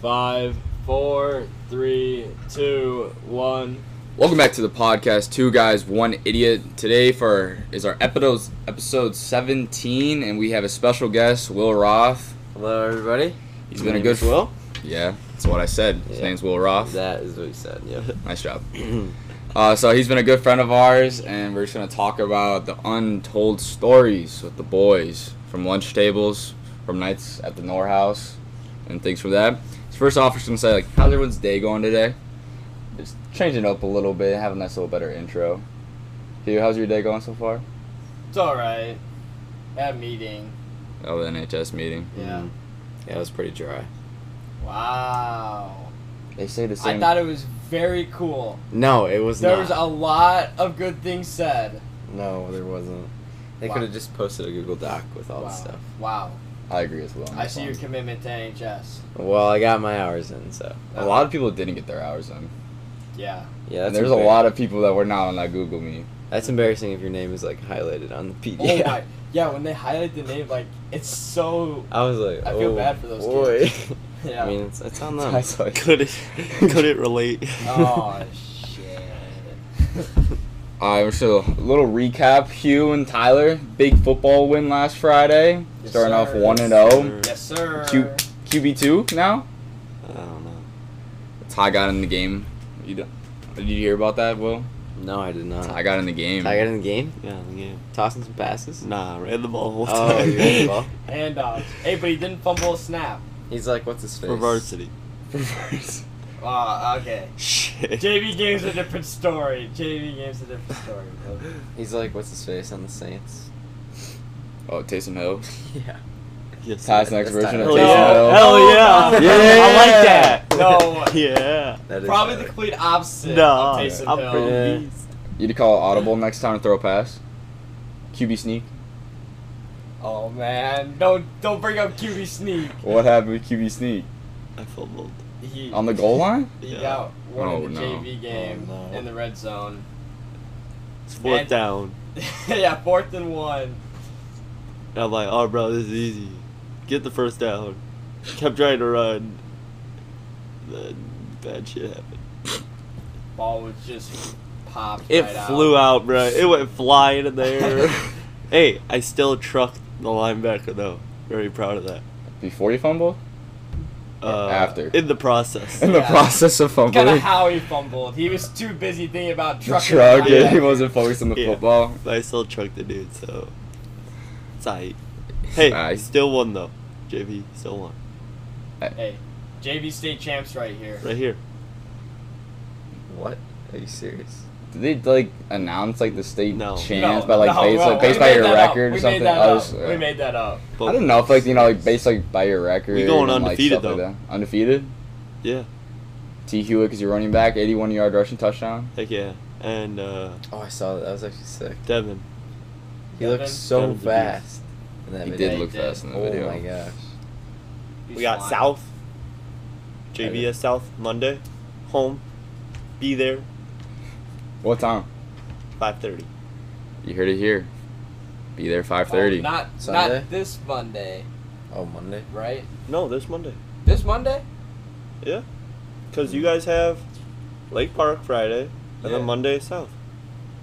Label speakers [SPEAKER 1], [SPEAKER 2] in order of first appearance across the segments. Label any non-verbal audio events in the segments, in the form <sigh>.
[SPEAKER 1] Five, four, three, two, one.
[SPEAKER 2] Welcome back to the podcast, Two Guys, One Idiot. Today for is our episode episode 17, and we have a special guest, Will Roth.
[SPEAKER 1] Hello, everybody.
[SPEAKER 2] He's
[SPEAKER 1] My
[SPEAKER 2] been a
[SPEAKER 1] name
[SPEAKER 2] good
[SPEAKER 1] is Will.
[SPEAKER 2] Yeah, that's what I said. His
[SPEAKER 1] Yeah.
[SPEAKER 2] name's Will Roth.
[SPEAKER 1] That is what you said.
[SPEAKER 2] <laughs>
[SPEAKER 1] Yeah.
[SPEAKER 2] Nice job. <clears throat> uh, so he's been a good friend of ours, and we're just gonna talk about the untold stories with the boys from lunch tables, from nights at the Nor House, and things from that. So first off, we're just gonna say like, how's everyone's day going today? Just changing up a little bit, have a nice little better intro. Hugh, how's your day going so far?
[SPEAKER 1] It's all right. That meeting.
[SPEAKER 2] Oh, the NHS meeting.
[SPEAKER 3] Mm.
[SPEAKER 1] Yeah.
[SPEAKER 3] Yeah, it was pretty dry.
[SPEAKER 1] Wow.
[SPEAKER 2] They say the
[SPEAKER 1] I
[SPEAKER 2] same.
[SPEAKER 1] thought it was very cool.
[SPEAKER 3] No, it was
[SPEAKER 1] There
[SPEAKER 3] not.
[SPEAKER 1] was a lot of good things said.
[SPEAKER 3] no, there wasn't. They
[SPEAKER 1] Wow.
[SPEAKER 3] could have just posted a Google Doc with all
[SPEAKER 1] wow.
[SPEAKER 3] the stuff.
[SPEAKER 1] Wow.
[SPEAKER 2] I agree as well. on
[SPEAKER 1] I
[SPEAKER 2] this
[SPEAKER 1] see
[SPEAKER 2] one.
[SPEAKER 1] your commitment to NHS.
[SPEAKER 3] Well, I got my hours in, so
[SPEAKER 2] A lot of people didn't get their hours in.
[SPEAKER 1] Oh, Yeah.
[SPEAKER 2] And
[SPEAKER 3] yeah. That's
[SPEAKER 2] there's a
[SPEAKER 3] embar-
[SPEAKER 2] lot of people that were not on that Google Meet.
[SPEAKER 3] That's embarrassing if your name is like highlighted on
[SPEAKER 1] Oh
[SPEAKER 3] the PDF.
[SPEAKER 1] my. Yeah, when they highlight the name, like it's so.
[SPEAKER 3] I was like,
[SPEAKER 1] I feel
[SPEAKER 3] oh,
[SPEAKER 1] bad for those
[SPEAKER 3] boy. <laughs>
[SPEAKER 1] Yeah.
[SPEAKER 3] I mean, it's,
[SPEAKER 2] <laughs>
[SPEAKER 3] it's on them.
[SPEAKER 2] I was like-
[SPEAKER 4] Could it could it relate?
[SPEAKER 1] oh shit.
[SPEAKER 2] Uh, so a little recap: Hugh and Tyler, big football win last Friday,
[SPEAKER 1] Yes,
[SPEAKER 2] starting off
[SPEAKER 1] sir.
[SPEAKER 2] one and
[SPEAKER 4] Yes,
[SPEAKER 2] zero.
[SPEAKER 4] sir.
[SPEAKER 1] Yes, sir.
[SPEAKER 2] Q QB two now.
[SPEAKER 4] <laughs> I don't know.
[SPEAKER 2] Ty got in the game. You don't, did you hear about that, Will?
[SPEAKER 3] no, I did not.
[SPEAKER 2] Uh, Ty got in the game.
[SPEAKER 3] I got in the game,
[SPEAKER 4] Yeah, the game.
[SPEAKER 3] tossing some passes.
[SPEAKER 4] Nah, ran the ball. the whole
[SPEAKER 3] Oh,
[SPEAKER 4] time.
[SPEAKER 2] <laughs>
[SPEAKER 3] you ran the ball?
[SPEAKER 1] Handoffs. Hey, but he didn't fumble a snap.
[SPEAKER 3] He's like, what's his face?
[SPEAKER 4] <laughs> For varsity.
[SPEAKER 2] Reverse.
[SPEAKER 1] Ah, okay.
[SPEAKER 4] Shit.
[SPEAKER 1] JV game's a different story. JV game's a different story. bro.
[SPEAKER 3] He's like, what's his face on
[SPEAKER 1] <laughs>
[SPEAKER 3] the Saints?
[SPEAKER 2] <laughs> Oh, Taysom Hill.
[SPEAKER 3] yeah.
[SPEAKER 4] Yes,
[SPEAKER 2] Ty's
[SPEAKER 4] sir.
[SPEAKER 2] next
[SPEAKER 3] That's
[SPEAKER 2] version of
[SPEAKER 3] Tyler.
[SPEAKER 2] Taysom
[SPEAKER 3] No.
[SPEAKER 2] Hill.
[SPEAKER 4] Hell yeah.
[SPEAKER 1] no.
[SPEAKER 2] Yeah.
[SPEAKER 3] <laughs>
[SPEAKER 4] I
[SPEAKER 1] No.
[SPEAKER 4] like that. <laughs> yeah.
[SPEAKER 3] That is
[SPEAKER 1] Probably the <laughs> Oh,
[SPEAKER 3] Tyler.
[SPEAKER 1] complete opposite
[SPEAKER 4] Nah,
[SPEAKER 1] of Taysom
[SPEAKER 4] I'm
[SPEAKER 1] Hill.
[SPEAKER 4] pretty
[SPEAKER 3] Yeah.
[SPEAKER 4] beast.
[SPEAKER 2] You'd call audible next time and throw a pass. QB sneak.
[SPEAKER 1] Oh man, don't don't bring up QB sneak.
[SPEAKER 2] What happened with QB sneak
[SPEAKER 4] I fumbled.
[SPEAKER 1] He,
[SPEAKER 2] on the goal
[SPEAKER 1] <laughs>
[SPEAKER 2] line?
[SPEAKER 1] He
[SPEAKER 4] Yeah.
[SPEAKER 1] got one
[SPEAKER 2] Oh,
[SPEAKER 1] in the
[SPEAKER 2] no.
[SPEAKER 1] JV game
[SPEAKER 3] Oh, no.
[SPEAKER 1] in the red zone. <laughs>
[SPEAKER 4] It's fourth
[SPEAKER 1] And-
[SPEAKER 4] down.
[SPEAKER 1] yeah, fourth and one.
[SPEAKER 4] And I'm like, oh bro, this is easy. Get the first down. Kept trying to run. Then bad shit happened.
[SPEAKER 1] Ball was just popped.
[SPEAKER 4] It
[SPEAKER 1] right
[SPEAKER 4] flew
[SPEAKER 1] out.
[SPEAKER 4] out, bro. It went flying in the air. <laughs> hey, I still trucked the linebacker though. Very proud of that.
[SPEAKER 2] Before
[SPEAKER 1] <laughs>
[SPEAKER 2] you fumble?
[SPEAKER 4] Uh,
[SPEAKER 2] After.
[SPEAKER 4] In the <laughs> process.
[SPEAKER 2] In the
[SPEAKER 1] Yeah.
[SPEAKER 2] process of
[SPEAKER 1] Kind of
[SPEAKER 2] fumbling. <laughs>
[SPEAKER 1] how he fumbled. He was too busy thinking about
[SPEAKER 2] The
[SPEAKER 1] trucking.
[SPEAKER 2] truck,
[SPEAKER 1] the
[SPEAKER 2] yeah, he
[SPEAKER 1] linebacker.
[SPEAKER 2] wasn't focused on the
[SPEAKER 4] Yeah.
[SPEAKER 2] football.
[SPEAKER 4] But I still trucked the dude, so. It's
[SPEAKER 2] <laughs>
[SPEAKER 4] aight. Hey,
[SPEAKER 2] Aight.
[SPEAKER 4] still won though. JV, still won.
[SPEAKER 1] <laughs> Hey, JV state champs right here.
[SPEAKER 4] Right here.
[SPEAKER 3] What? Are you serious?
[SPEAKER 2] Did they like announce like the state
[SPEAKER 4] No.
[SPEAKER 2] chance
[SPEAKER 1] No,
[SPEAKER 2] by like
[SPEAKER 1] no,
[SPEAKER 2] based
[SPEAKER 1] no,
[SPEAKER 2] like
[SPEAKER 1] we
[SPEAKER 2] based by
[SPEAKER 1] made
[SPEAKER 2] your
[SPEAKER 1] that up.
[SPEAKER 2] record
[SPEAKER 1] we
[SPEAKER 2] or something?
[SPEAKER 1] Made that
[SPEAKER 2] I,
[SPEAKER 1] up.
[SPEAKER 2] was, uh,
[SPEAKER 1] we made that up.
[SPEAKER 4] But-
[SPEAKER 2] I don't know if like you know like based like by your record.
[SPEAKER 4] We going
[SPEAKER 2] and, like,
[SPEAKER 4] undefeated,
[SPEAKER 2] stuff
[SPEAKER 4] though.
[SPEAKER 2] that. Undefeated.
[SPEAKER 4] Yeah,
[SPEAKER 2] T Hewitt is your running back, 81 yard rushing touchdown.
[SPEAKER 4] heck yeah. And uh,
[SPEAKER 3] Oh, I saw that. That was actually sick.
[SPEAKER 4] Devin.
[SPEAKER 3] He looked
[SPEAKER 1] Devin?
[SPEAKER 3] so
[SPEAKER 4] Devin's a beast.
[SPEAKER 3] fast. in that
[SPEAKER 2] He
[SPEAKER 3] video.
[SPEAKER 2] did look
[SPEAKER 1] did.
[SPEAKER 2] fast in the
[SPEAKER 3] Oh
[SPEAKER 2] video.
[SPEAKER 3] my gosh.
[SPEAKER 1] He's
[SPEAKER 4] we got
[SPEAKER 1] fine.
[SPEAKER 4] South. JVS South, Monday. Home. Be there.
[SPEAKER 2] What time?
[SPEAKER 4] 5.30.
[SPEAKER 2] You heard it here. Be there
[SPEAKER 1] Oh,
[SPEAKER 2] 5:30.
[SPEAKER 1] not
[SPEAKER 3] Sunday?
[SPEAKER 1] not this Monday,
[SPEAKER 3] Oh, Monday?
[SPEAKER 1] right?
[SPEAKER 4] No, this Monday.
[SPEAKER 1] This Monday?
[SPEAKER 4] Yeah. Because
[SPEAKER 2] Hmm.
[SPEAKER 4] you guys have Lake Park Friday. And
[SPEAKER 1] Yeah.
[SPEAKER 4] then Monday South.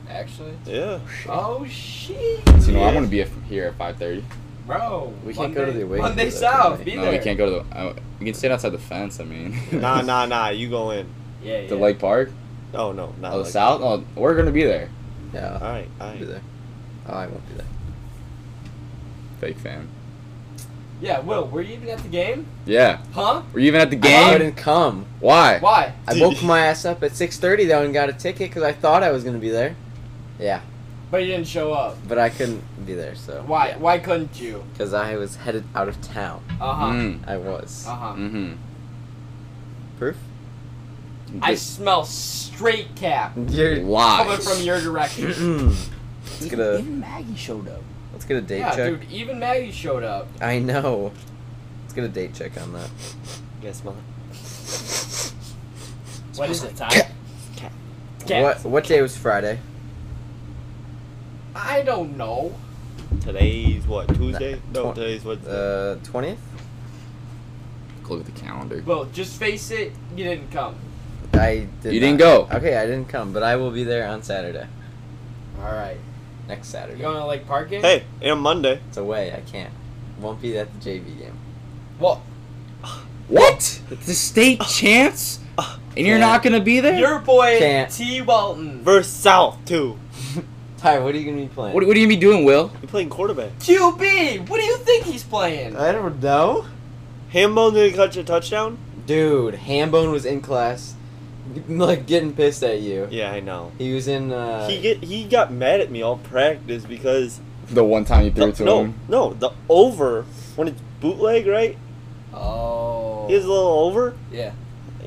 [SPEAKER 1] Actually.
[SPEAKER 2] <laughs>
[SPEAKER 4] Yeah.
[SPEAKER 1] Oh shit.
[SPEAKER 2] So, you know, I'm
[SPEAKER 4] Yeah.
[SPEAKER 2] gonna be at- here at 5:30.
[SPEAKER 1] Bro,
[SPEAKER 3] We can't go to the
[SPEAKER 1] Monday-
[SPEAKER 3] away game,
[SPEAKER 1] Monday
[SPEAKER 3] though,
[SPEAKER 1] South.
[SPEAKER 3] can
[SPEAKER 1] Be
[SPEAKER 2] no,
[SPEAKER 1] there.
[SPEAKER 2] we can't go to the. Uh, we can stand outside the fence. I mean.
[SPEAKER 4] <laughs> nah, nah, nah. You go in.
[SPEAKER 1] Yeah, yeah.
[SPEAKER 2] <laughs> The Lake Park.
[SPEAKER 4] Oh, no. Not
[SPEAKER 2] Oh, the
[SPEAKER 4] like
[SPEAKER 2] south. Oh, we're gonna be there.
[SPEAKER 3] Yeah.
[SPEAKER 4] All right, all
[SPEAKER 3] I'll be
[SPEAKER 4] right.
[SPEAKER 3] there. Oh, I won't be there.
[SPEAKER 2] Fake fan.
[SPEAKER 1] Yeah, Will, were you even at the game?
[SPEAKER 2] Yeah.
[SPEAKER 1] Huh?
[SPEAKER 2] Were you even at the
[SPEAKER 3] I
[SPEAKER 2] game?
[SPEAKER 3] didn't come.
[SPEAKER 2] Why?
[SPEAKER 1] Why?
[SPEAKER 3] I woke my ass up at 6.30 though and got a ticket because I thought I was going to be there. Yeah,
[SPEAKER 1] But you didn't show up.
[SPEAKER 3] but I couldn't be there, so.
[SPEAKER 1] Why? Why couldn't you?
[SPEAKER 3] Because I was headed out of town.
[SPEAKER 1] Uh huh.
[SPEAKER 2] Mm.
[SPEAKER 3] I was.
[SPEAKER 1] Uh huh.
[SPEAKER 2] Mm-hmm.
[SPEAKER 3] Proof?
[SPEAKER 1] I smell straight cap
[SPEAKER 3] You're.
[SPEAKER 2] Why?
[SPEAKER 1] coming from your direction.
[SPEAKER 3] <clears throat> let's get a
[SPEAKER 2] Maggie showed up.
[SPEAKER 3] let's get a date
[SPEAKER 1] yeah,
[SPEAKER 3] check.
[SPEAKER 1] dude. Even Maggie showed up.
[SPEAKER 3] I know. Let's get a date check on that.
[SPEAKER 4] Yes, mom.
[SPEAKER 1] What is it, Ty?
[SPEAKER 4] Cat.
[SPEAKER 1] Cat.
[SPEAKER 3] What what day was Friday?
[SPEAKER 1] I don't know.
[SPEAKER 4] Today's what? Tuesday? No,
[SPEAKER 3] tw-
[SPEAKER 4] today's Wednesday.
[SPEAKER 3] Uh, twentieth.
[SPEAKER 2] look at the calendar.
[SPEAKER 1] Well, just face it, you didn't come.
[SPEAKER 3] I did
[SPEAKER 2] You didn't
[SPEAKER 3] not.
[SPEAKER 2] go.
[SPEAKER 3] Okay, I didn't come, but I will be there on Saturday.
[SPEAKER 1] Alright.
[SPEAKER 3] Next
[SPEAKER 1] You
[SPEAKER 3] Saturday.
[SPEAKER 1] going to like parking?
[SPEAKER 4] Hey, and Monday.
[SPEAKER 3] It's away. I can't. Won't be at the JV game.
[SPEAKER 1] Well,
[SPEAKER 2] What? The state champs? And you're
[SPEAKER 3] Yeah.
[SPEAKER 2] not gonna be there?
[SPEAKER 1] your boy
[SPEAKER 3] Can't.
[SPEAKER 1] T. Walton.
[SPEAKER 4] Versus South, too.
[SPEAKER 3] Ty, what are you gonna be playing?
[SPEAKER 2] what, what are you gonna be doing, Will?
[SPEAKER 4] You're playing quarterback.
[SPEAKER 1] QB! What do you think he's playing?
[SPEAKER 3] I don't know.
[SPEAKER 4] Hambone didn't catch a touchdown?
[SPEAKER 3] Dude, Hambone was in class, like getting pissed at you.
[SPEAKER 4] Yeah, I know.
[SPEAKER 3] He was in. Uh,
[SPEAKER 4] He get he got mad at me all practice because
[SPEAKER 2] The one time you
[SPEAKER 4] the,
[SPEAKER 2] threw it to
[SPEAKER 4] no
[SPEAKER 2] him.
[SPEAKER 4] no the over when it's bootleg right
[SPEAKER 1] oh.
[SPEAKER 4] he has a little over
[SPEAKER 1] yeah.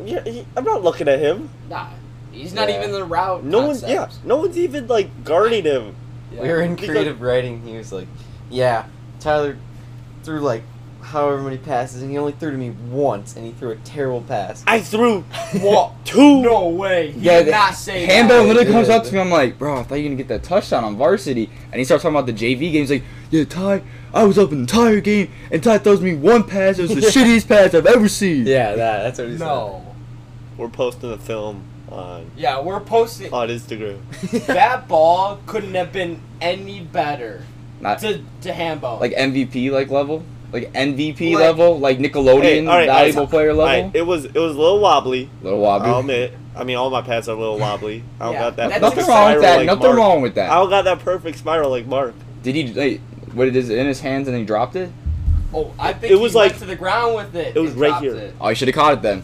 [SPEAKER 4] yeah he, I'm not looking at him
[SPEAKER 1] Nah. He's not
[SPEAKER 3] Yeah.
[SPEAKER 1] even the route.
[SPEAKER 4] no one's yeah
[SPEAKER 1] concept.
[SPEAKER 4] no one's even like guarding him
[SPEAKER 1] Yeah.
[SPEAKER 3] We were in
[SPEAKER 4] Because-
[SPEAKER 3] creative writing. He was like, "Yeah, Tyler threw like however many passes, and he only threw to me once, and he threw a terrible pass."
[SPEAKER 4] I threw
[SPEAKER 1] What?
[SPEAKER 4] two
[SPEAKER 1] No way. He
[SPEAKER 2] Yeah,
[SPEAKER 1] did not say that.
[SPEAKER 2] Hambone literally comes
[SPEAKER 3] Yeah.
[SPEAKER 2] up to me. I'm like, bro, I thought you were gonna get that touchdown on varsity, and he starts talking about the JV games. Like, yeah, Ty, I was up in the entire game, and Ty throws me one pass.
[SPEAKER 4] <laughs>
[SPEAKER 2] It was the shittiest pass I've ever seen.
[SPEAKER 3] Yeah, that, that's what he
[SPEAKER 1] No.
[SPEAKER 4] we're posting the film on
[SPEAKER 1] Yeah, we're posting.
[SPEAKER 4] on Instagram
[SPEAKER 3] said.
[SPEAKER 1] that ball couldn't have been any better
[SPEAKER 2] Not
[SPEAKER 1] to, to Hambone.
[SPEAKER 2] like eh. MVP like level, like MVP
[SPEAKER 1] Like-
[SPEAKER 2] level, like Nickelodeon
[SPEAKER 4] Hey, all right,
[SPEAKER 2] valuable
[SPEAKER 4] all right,
[SPEAKER 2] player
[SPEAKER 4] All
[SPEAKER 2] level.
[SPEAKER 4] right, Um, it was it was a little wobbly
[SPEAKER 2] Little wobbly.
[SPEAKER 4] I'll admit I mean all my pads are a little wobbly I don't
[SPEAKER 1] Yeah,
[SPEAKER 4] got that
[SPEAKER 1] that's
[SPEAKER 4] perfect
[SPEAKER 2] Nothing wrong with
[SPEAKER 4] spiral
[SPEAKER 2] that.
[SPEAKER 4] like
[SPEAKER 2] Nothing
[SPEAKER 4] Mark.
[SPEAKER 2] wrong with
[SPEAKER 4] I
[SPEAKER 2] that.
[SPEAKER 4] don't got that perfect spiral like Mark
[SPEAKER 2] Did he? Like, what it is in his hands and he dropped it?
[SPEAKER 1] oh, I think it was like to the ground with it.
[SPEAKER 4] it was
[SPEAKER 1] and
[SPEAKER 4] right
[SPEAKER 1] dropped
[SPEAKER 4] here.
[SPEAKER 1] it.
[SPEAKER 2] Oh, he should have caught it then.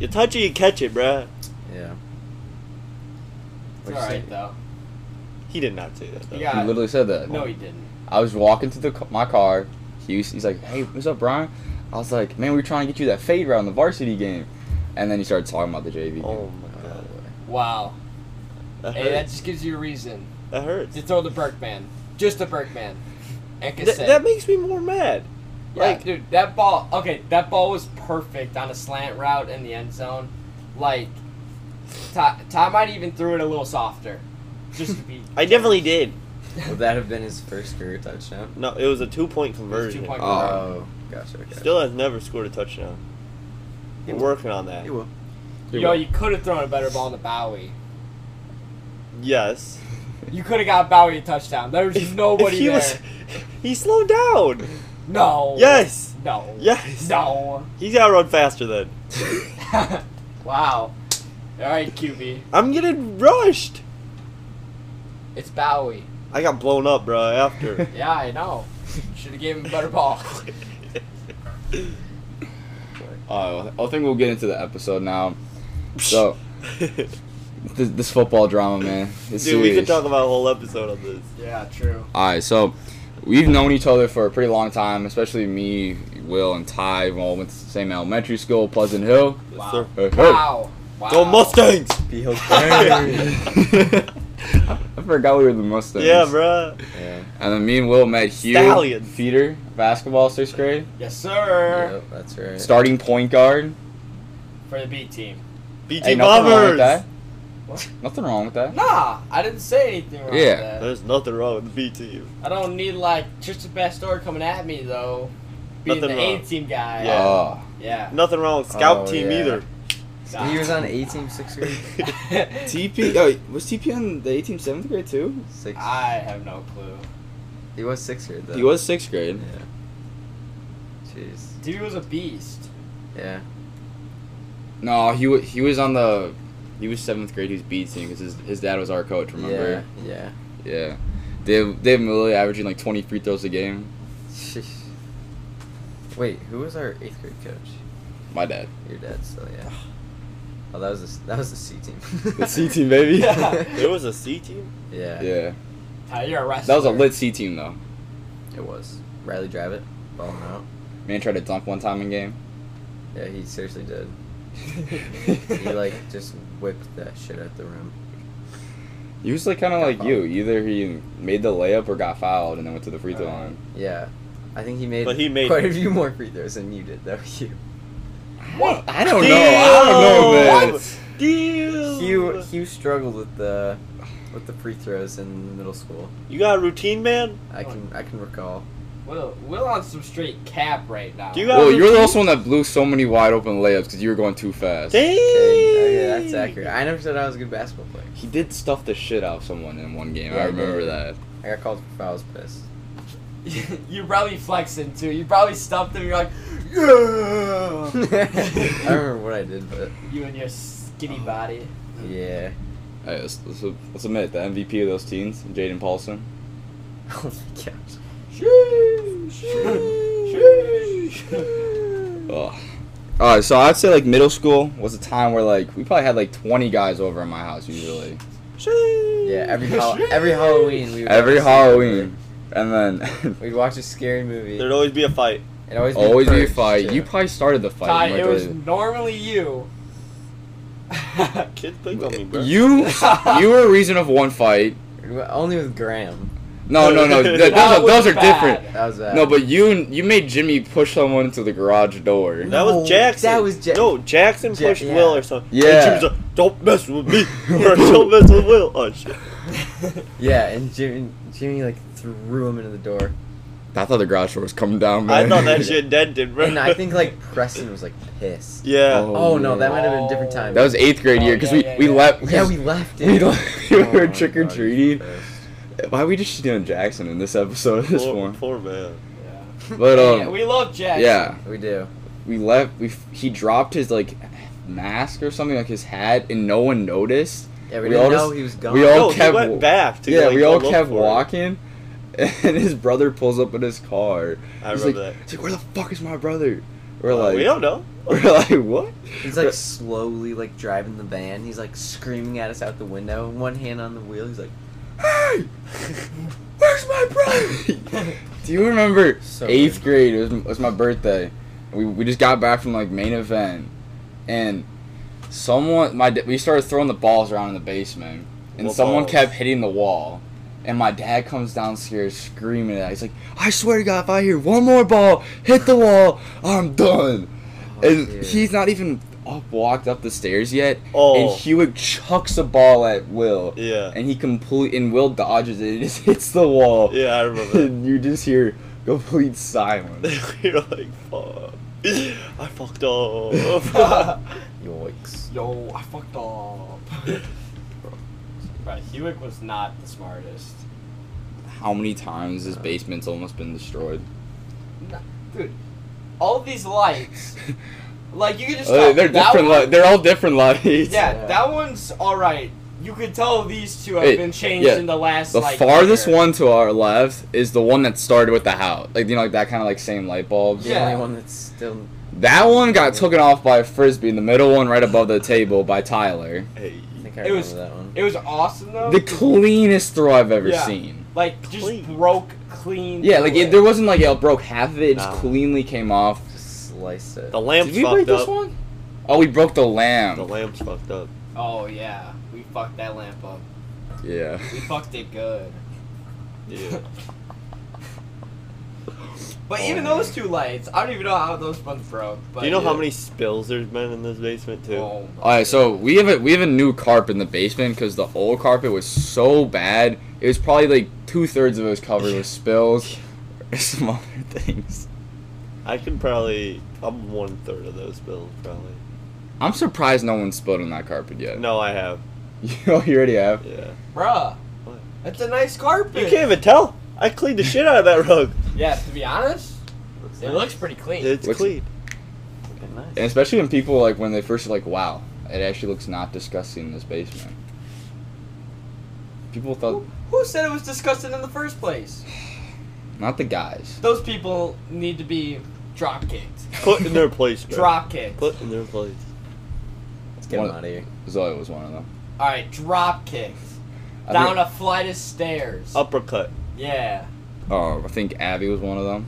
[SPEAKER 4] you touch it you catch it bruh
[SPEAKER 3] <laughs> yeah.
[SPEAKER 1] It's
[SPEAKER 3] What'd
[SPEAKER 1] all
[SPEAKER 3] you say?
[SPEAKER 1] right though.
[SPEAKER 4] he did not say that though.
[SPEAKER 1] Yeah.
[SPEAKER 2] He literally said that.
[SPEAKER 1] No, he didn't.
[SPEAKER 2] I was walking to the ca- my car. He was, he's like, "Hey, what's up, Brian?" I was like, "Man, we were trying to get you that fade route in the varsity game," and then he started talking about the JV. game.
[SPEAKER 4] oh my god
[SPEAKER 1] Wow.
[SPEAKER 4] that
[SPEAKER 1] Hey, that
[SPEAKER 4] hurts
[SPEAKER 1] just gives you a reason
[SPEAKER 4] that hurts
[SPEAKER 1] to throw the Berkman, just the Berkman, and
[SPEAKER 4] Th-
[SPEAKER 1] cassette.
[SPEAKER 4] that makes me more mad.
[SPEAKER 1] Yeah,
[SPEAKER 4] Like,
[SPEAKER 1] dude, that ball. Okay, that ball was perfect on a slant route in the end zone. Like, Ty, Ty might even threw it a little softer, just to be.
[SPEAKER 4] <laughs> I definitely did.
[SPEAKER 3] Would that have been his first career touchdown?
[SPEAKER 4] No, it was a two point conversion.
[SPEAKER 1] two-point
[SPEAKER 2] Oh.
[SPEAKER 3] Oh, gosh, okay.
[SPEAKER 4] Still has never scored a touchdown. We're working on that.
[SPEAKER 3] He will.
[SPEAKER 1] You know, you could have thrown a better ball to Bowie.
[SPEAKER 4] Yes.
[SPEAKER 1] You could have got Bowie a touchdown. <laughs> There's
[SPEAKER 4] If- if
[SPEAKER 1] nobody
[SPEAKER 4] he
[SPEAKER 1] there.
[SPEAKER 4] was- <laughs> he slowed down.
[SPEAKER 1] No.
[SPEAKER 4] Yes.
[SPEAKER 1] No.
[SPEAKER 4] Yes.
[SPEAKER 1] No. <laughs>
[SPEAKER 4] He's gotta run faster then.
[SPEAKER 1] wow. All right, QB.
[SPEAKER 4] I'm getting rushed.
[SPEAKER 1] It's Bowie.
[SPEAKER 4] I got blown up, bro.
[SPEAKER 1] <laughs>
[SPEAKER 4] After.
[SPEAKER 1] Yeah, I know. Should have gave him a better
[SPEAKER 4] <laughs>
[SPEAKER 1] ball.
[SPEAKER 2] Uh, I think we'll get into the episode now. So this, this football drama, man.
[SPEAKER 4] dude,
[SPEAKER 2] It's
[SPEAKER 4] we could
[SPEAKER 2] serious.
[SPEAKER 4] talk about a whole episode on this.
[SPEAKER 1] Yeah, true.
[SPEAKER 2] All right, so we've known each other for a pretty long time, especially me, Will, and Ty. We all went to the same elementary school, Pleasant Hill.
[SPEAKER 4] Yes,
[SPEAKER 1] Wow.
[SPEAKER 4] sir.
[SPEAKER 2] Hey, hey.
[SPEAKER 1] Wow. Wow.
[SPEAKER 4] Go Mustangs.
[SPEAKER 3] Field
[SPEAKER 2] I forgot we were the Mustangs.
[SPEAKER 4] <laughs> Yeah, bro.
[SPEAKER 3] <laughs> yeah.
[SPEAKER 2] And then me and Will met Hugh
[SPEAKER 4] Stallions.
[SPEAKER 2] Feeder, basketball, sixth grade,
[SPEAKER 1] Yes, sir.
[SPEAKER 3] Yep, that's right.
[SPEAKER 2] starting point guard.
[SPEAKER 1] For the B team.
[SPEAKER 4] BT
[SPEAKER 2] Hey, nothing wrong with
[SPEAKER 4] Bombers.
[SPEAKER 2] that.
[SPEAKER 1] What?
[SPEAKER 2] Nothing wrong with that.
[SPEAKER 1] Nah, I didn't say anything wrong
[SPEAKER 2] Yeah.
[SPEAKER 1] with that.
[SPEAKER 4] There's nothing wrong with the B team.
[SPEAKER 1] I don't need like just a best store coming at me though. Being
[SPEAKER 4] Nothing
[SPEAKER 1] the A
[SPEAKER 4] wrong.
[SPEAKER 1] team guy.
[SPEAKER 4] Yeah.
[SPEAKER 2] Oh,
[SPEAKER 1] Yeah.
[SPEAKER 4] Nothing wrong with scout
[SPEAKER 3] Oh,
[SPEAKER 4] team
[SPEAKER 3] yeah.
[SPEAKER 4] either.
[SPEAKER 1] Nah.
[SPEAKER 3] He was on
[SPEAKER 1] <laughs>
[SPEAKER 3] A team sixth grade. <laughs>
[SPEAKER 2] TP. Oh, was TP on the 18th, seventh grade too?
[SPEAKER 3] Six.
[SPEAKER 1] I have no clue.
[SPEAKER 3] He was sixth grade though.
[SPEAKER 2] He was sixth grade.
[SPEAKER 3] Yeah. Jeez.
[SPEAKER 1] Dude was a beast.
[SPEAKER 3] Yeah.
[SPEAKER 2] No, he wa he was on the. He was seventh grade. He was beat team because his, his dad was our coach. Remember?
[SPEAKER 3] Yeah. Yeah.
[SPEAKER 2] Yeah. Dave Dave Miller averaging like 20 free throws a game.
[SPEAKER 3] Sheesh. Wait, who was our eighth grade coach?
[SPEAKER 2] My dad.
[SPEAKER 3] Your dad still, yeah. Oh, that was a, s- that was the C team.
[SPEAKER 2] The
[SPEAKER 3] <laughs>
[SPEAKER 2] C team baby. yeah.
[SPEAKER 4] There was a C team.
[SPEAKER 3] Yeah,
[SPEAKER 1] Ty, you're a wrestler.
[SPEAKER 2] That was a lit C team though.
[SPEAKER 3] it was. Riley Dravitt, balling out.
[SPEAKER 2] Man tried to dunk one time in game.
[SPEAKER 3] Yeah, he seriously did. He like just whipped that shit at the rim.
[SPEAKER 2] He was like kind of
[SPEAKER 3] Got
[SPEAKER 2] like you.
[SPEAKER 3] fouled.
[SPEAKER 2] Either he made the layup or got fouled and then went to the free throw line.
[SPEAKER 3] Yeah, I think he made.
[SPEAKER 4] But he made-
[SPEAKER 3] quite a few more free throws than you did, though. <laughs> You.
[SPEAKER 1] What?
[SPEAKER 2] I don't know. I don't know, man.
[SPEAKER 4] Deal.
[SPEAKER 3] Hugh Hugh struggled with the with the free throws in middle school.
[SPEAKER 4] You got a routine, man?
[SPEAKER 3] I can I can recall.
[SPEAKER 1] Will Will on some straight cap right now.
[SPEAKER 4] Do you got-
[SPEAKER 2] Well, you're also one that blew so many wide open layups because you were going too fast.
[SPEAKER 4] Dang.
[SPEAKER 3] Okay, okay, that's accurate. I never said I was a good basketball player.
[SPEAKER 2] He did stuff the shit out of someone in one game.
[SPEAKER 3] Yeah,
[SPEAKER 2] I
[SPEAKER 3] he
[SPEAKER 2] remember
[SPEAKER 3] did.
[SPEAKER 2] that.
[SPEAKER 3] I got called for fouls pissed.
[SPEAKER 1] <laughs> you probably flexing too. You probably stumped him. You're like,
[SPEAKER 2] <laughs>
[SPEAKER 1] yeah.
[SPEAKER 3] <laughs> I remember what I did, but
[SPEAKER 1] you and your skinny
[SPEAKER 4] Oh.
[SPEAKER 1] body.
[SPEAKER 3] yeah. <laughs>
[SPEAKER 2] Alright, let's, let's, let's admit the MVP of those teams, Jaden Paulson.
[SPEAKER 3] Oh my gosh.
[SPEAKER 1] <laughs>
[SPEAKER 2] Ugh. All right, so I'd say like middle school was a time where like we probably had like 20 guys over in my house usually.
[SPEAKER 3] Yeah,
[SPEAKER 4] <laughs>
[SPEAKER 3] every hol- every Halloween we would
[SPEAKER 2] Every
[SPEAKER 3] have a scary
[SPEAKER 2] Halloween, and then <laughs>
[SPEAKER 3] movie. We'd watch a scary movie.
[SPEAKER 4] There'd always be a fight.
[SPEAKER 3] It'd always be
[SPEAKER 2] always be a
[SPEAKER 3] Purge,
[SPEAKER 2] fight.
[SPEAKER 3] too.
[SPEAKER 2] You probably started the fight.
[SPEAKER 1] Ty,
[SPEAKER 2] you might
[SPEAKER 1] it was
[SPEAKER 2] be-
[SPEAKER 1] normally
[SPEAKER 2] <laughs>
[SPEAKER 1] you.
[SPEAKER 4] Kids pick on me, bro.
[SPEAKER 2] you you were a reason of one fight.
[SPEAKER 3] only with Graham.
[SPEAKER 2] No, no, no. th-
[SPEAKER 4] That
[SPEAKER 2] those are,
[SPEAKER 1] was
[SPEAKER 2] those are
[SPEAKER 1] bad.
[SPEAKER 2] different.
[SPEAKER 3] That was uh, bad.
[SPEAKER 2] No, but you you made Jimmy push someone into the garage door.
[SPEAKER 4] That
[SPEAKER 3] No,
[SPEAKER 4] was Jackson.
[SPEAKER 3] that was Ja-
[SPEAKER 4] No, Jackson
[SPEAKER 3] Ja-
[SPEAKER 4] pushed
[SPEAKER 3] yeah.
[SPEAKER 4] Will or something. And
[SPEAKER 2] Yeah.
[SPEAKER 4] Jim's like, don't mess with
[SPEAKER 3] <laughs>
[SPEAKER 4] me. <laughs> Or don't mess with Will. Oh, shit.
[SPEAKER 3] yeah, and Jimmy Jimmy like threw him into the door,
[SPEAKER 2] I thought the garage door was coming down. Man.
[SPEAKER 4] I thought that shit dented, bro.
[SPEAKER 3] and I think like Preston was like pissed.
[SPEAKER 4] <laughs>
[SPEAKER 2] <laughs>
[SPEAKER 4] Yeah.
[SPEAKER 2] Oh,
[SPEAKER 3] Oh, no, that
[SPEAKER 2] yeah.
[SPEAKER 3] might have been a different
[SPEAKER 2] <laughs>
[SPEAKER 3] time.
[SPEAKER 2] That was eighth grade
[SPEAKER 1] Oh,
[SPEAKER 2] year because
[SPEAKER 1] yeah, yeah,
[SPEAKER 2] we we
[SPEAKER 1] yeah.
[SPEAKER 2] left.
[SPEAKER 3] yeah, we left
[SPEAKER 2] <laughs>
[SPEAKER 3] it.
[SPEAKER 2] we left. <laughs> We
[SPEAKER 3] Oh my
[SPEAKER 2] were
[SPEAKER 3] God,
[SPEAKER 2] trick or treating.
[SPEAKER 3] he's pissed.
[SPEAKER 2] Why are we just doing Jackson in this episode of this
[SPEAKER 4] poor,
[SPEAKER 2] one?
[SPEAKER 4] poor man.
[SPEAKER 1] Yeah.
[SPEAKER 2] <laughs> But
[SPEAKER 1] yeah,
[SPEAKER 2] um,
[SPEAKER 1] we love Jack.
[SPEAKER 2] yeah,
[SPEAKER 3] We do.
[SPEAKER 2] we left. We f- he dropped his like mask or something like his hat, and no one noticed.
[SPEAKER 3] Yeah, we,
[SPEAKER 2] We all
[SPEAKER 3] didn't know
[SPEAKER 2] just-
[SPEAKER 3] he was gone.
[SPEAKER 2] we all
[SPEAKER 4] no,
[SPEAKER 2] kept-
[SPEAKER 4] he went back. To,
[SPEAKER 2] yeah,
[SPEAKER 4] like,
[SPEAKER 2] we
[SPEAKER 4] go
[SPEAKER 2] all
[SPEAKER 4] look
[SPEAKER 2] kept
[SPEAKER 4] for him.
[SPEAKER 2] walking, <laughs> and his brother pulls up in his car.
[SPEAKER 4] I
[SPEAKER 2] He's
[SPEAKER 4] remember
[SPEAKER 2] like,
[SPEAKER 4] that.
[SPEAKER 2] He's like, where the fuck is my brother? We're
[SPEAKER 4] Uh,
[SPEAKER 2] like,
[SPEAKER 4] we don't know.
[SPEAKER 2] <laughs> we're like, what? <laughs>
[SPEAKER 3] He's like slowly like driving the van. He's like screaming at us out the window, one hand on the wheel. He's like,
[SPEAKER 2] hey, where's my brother? <laughs> Do you remember
[SPEAKER 3] So
[SPEAKER 2] eighth
[SPEAKER 3] good.
[SPEAKER 2] grade? It was, it was my birthday. We, we just got back from like main event, and someone my da- we started throwing the balls around in the basement, and
[SPEAKER 4] What
[SPEAKER 2] someone
[SPEAKER 4] balls?
[SPEAKER 2] kept hitting the wall. And my dad comes downstairs screaming at. He's like, "I swear to God, if I hear one more ball hit the wall, I'm done."
[SPEAKER 3] "Oh,
[SPEAKER 2] and
[SPEAKER 3] dude."
[SPEAKER 2] he's not even up, walked up the stairs yet.
[SPEAKER 4] Oh.
[SPEAKER 2] And Hewitt chucks a ball at Will
[SPEAKER 4] Yeah.
[SPEAKER 2] and he complete and Will dodges it. It just <laughs> hits the wall.
[SPEAKER 4] <laughs> Yeah, I
[SPEAKER 2] <laughs>
[SPEAKER 4] remember
[SPEAKER 2] And you just hear complete silence. <laughs>
[SPEAKER 4] that. <laughs> You're like, fuck. <laughs> I fucked up. <laughs>
[SPEAKER 1] <laughs>
[SPEAKER 3] yikes.
[SPEAKER 1] Yo, I fucked up. <laughs> Right, Hewick was not the smartest.
[SPEAKER 2] How many times this basement's almost been destroyed?
[SPEAKER 1] No, dude, all these
[SPEAKER 2] <laughs>
[SPEAKER 1] lights, like you can just
[SPEAKER 2] Uh,
[SPEAKER 1] tell
[SPEAKER 2] they're
[SPEAKER 1] that
[SPEAKER 2] different.
[SPEAKER 1] one-
[SPEAKER 2] Li- they're all different
[SPEAKER 1] <laughs>
[SPEAKER 2] lights.
[SPEAKER 1] yeah,
[SPEAKER 3] Yeah.
[SPEAKER 1] that one's all right. You could tell these two have
[SPEAKER 2] Hey,
[SPEAKER 1] been changed
[SPEAKER 2] yeah,
[SPEAKER 1] in the last.
[SPEAKER 2] <laughs> The
[SPEAKER 1] like,
[SPEAKER 2] farthest
[SPEAKER 1] year.
[SPEAKER 2] one to our left is the one that started with the house, like you know, like that kind of like same light bulb.
[SPEAKER 3] The
[SPEAKER 1] Yeah.
[SPEAKER 3] only one that's still.
[SPEAKER 2] That one got taken off by a frisbee. And the middle one, right above the table, by Tyler.
[SPEAKER 4] hey.
[SPEAKER 3] I think I
[SPEAKER 1] It
[SPEAKER 3] remember
[SPEAKER 1] was-
[SPEAKER 3] that one.
[SPEAKER 1] It was awesome though.
[SPEAKER 2] The
[SPEAKER 1] 'cause,
[SPEAKER 2] cleanest throw I've ever
[SPEAKER 1] Oh, Yeah.
[SPEAKER 2] seen.
[SPEAKER 1] like just
[SPEAKER 4] Clean.
[SPEAKER 1] broke clean.
[SPEAKER 2] Yeah, like it, there wasn't like it broke half of it. It
[SPEAKER 4] Nah.
[SPEAKER 2] just cleanly came off.
[SPEAKER 3] Just sliced it.
[SPEAKER 4] The lamp's
[SPEAKER 2] Did we
[SPEAKER 4] fucked
[SPEAKER 2] break this
[SPEAKER 4] up.
[SPEAKER 2] one? Oh, we broke the lamb.
[SPEAKER 4] The lamp's
[SPEAKER 3] <laughs>
[SPEAKER 4] fucked up.
[SPEAKER 1] Oh yeah, we fucked that lamp up.
[SPEAKER 2] yeah.
[SPEAKER 1] We fucked it good.
[SPEAKER 4] Yeah.
[SPEAKER 1] But even those two lights, I don't even know how those ones broke. But
[SPEAKER 4] Oh, Do you know how
[SPEAKER 2] yeah.
[SPEAKER 4] many spills there's been in this basement too?
[SPEAKER 1] Oh, my
[SPEAKER 2] All right, so we have a we have a new carpet in the basement because the old carpet was so bad. It was probably like two thirds of it was covered with spills, <laughs> or some other things.
[SPEAKER 4] I could probably I'm one third of those spills probably.
[SPEAKER 2] I'm surprised no one spilled on that carpet yet.
[SPEAKER 4] No, I have.
[SPEAKER 2] <laughs> you already have.
[SPEAKER 4] Yeah.
[SPEAKER 1] bruh,
[SPEAKER 4] What?
[SPEAKER 1] that's a nice carpet.
[SPEAKER 4] You can't even tell. I cleaned the shit out of that rug.
[SPEAKER 1] Yeah, to be honest, it looks pretty clean.
[SPEAKER 4] It's
[SPEAKER 2] Looks-
[SPEAKER 4] clean.
[SPEAKER 3] Looking
[SPEAKER 2] And
[SPEAKER 3] nice.
[SPEAKER 2] especially when people like when they first are like, "Wow, it actually looks not disgusting in this basement." People thought
[SPEAKER 1] Who, who said it was disgusting in the first place?
[SPEAKER 2] not the guys.
[SPEAKER 1] Those people need to be drop kicked.
[SPEAKER 4] Put in their place. bro.
[SPEAKER 1] Drop kicked.
[SPEAKER 4] Put in their place.
[SPEAKER 3] Let's get him
[SPEAKER 2] One-
[SPEAKER 3] out of here.
[SPEAKER 2] Zoe was one of them.
[SPEAKER 1] All right, drop kicked
[SPEAKER 2] I
[SPEAKER 1] down
[SPEAKER 2] think,
[SPEAKER 1] a flight of stairs.
[SPEAKER 4] Uppercut.
[SPEAKER 1] Yeah,
[SPEAKER 2] oh, I think Abby was one of them.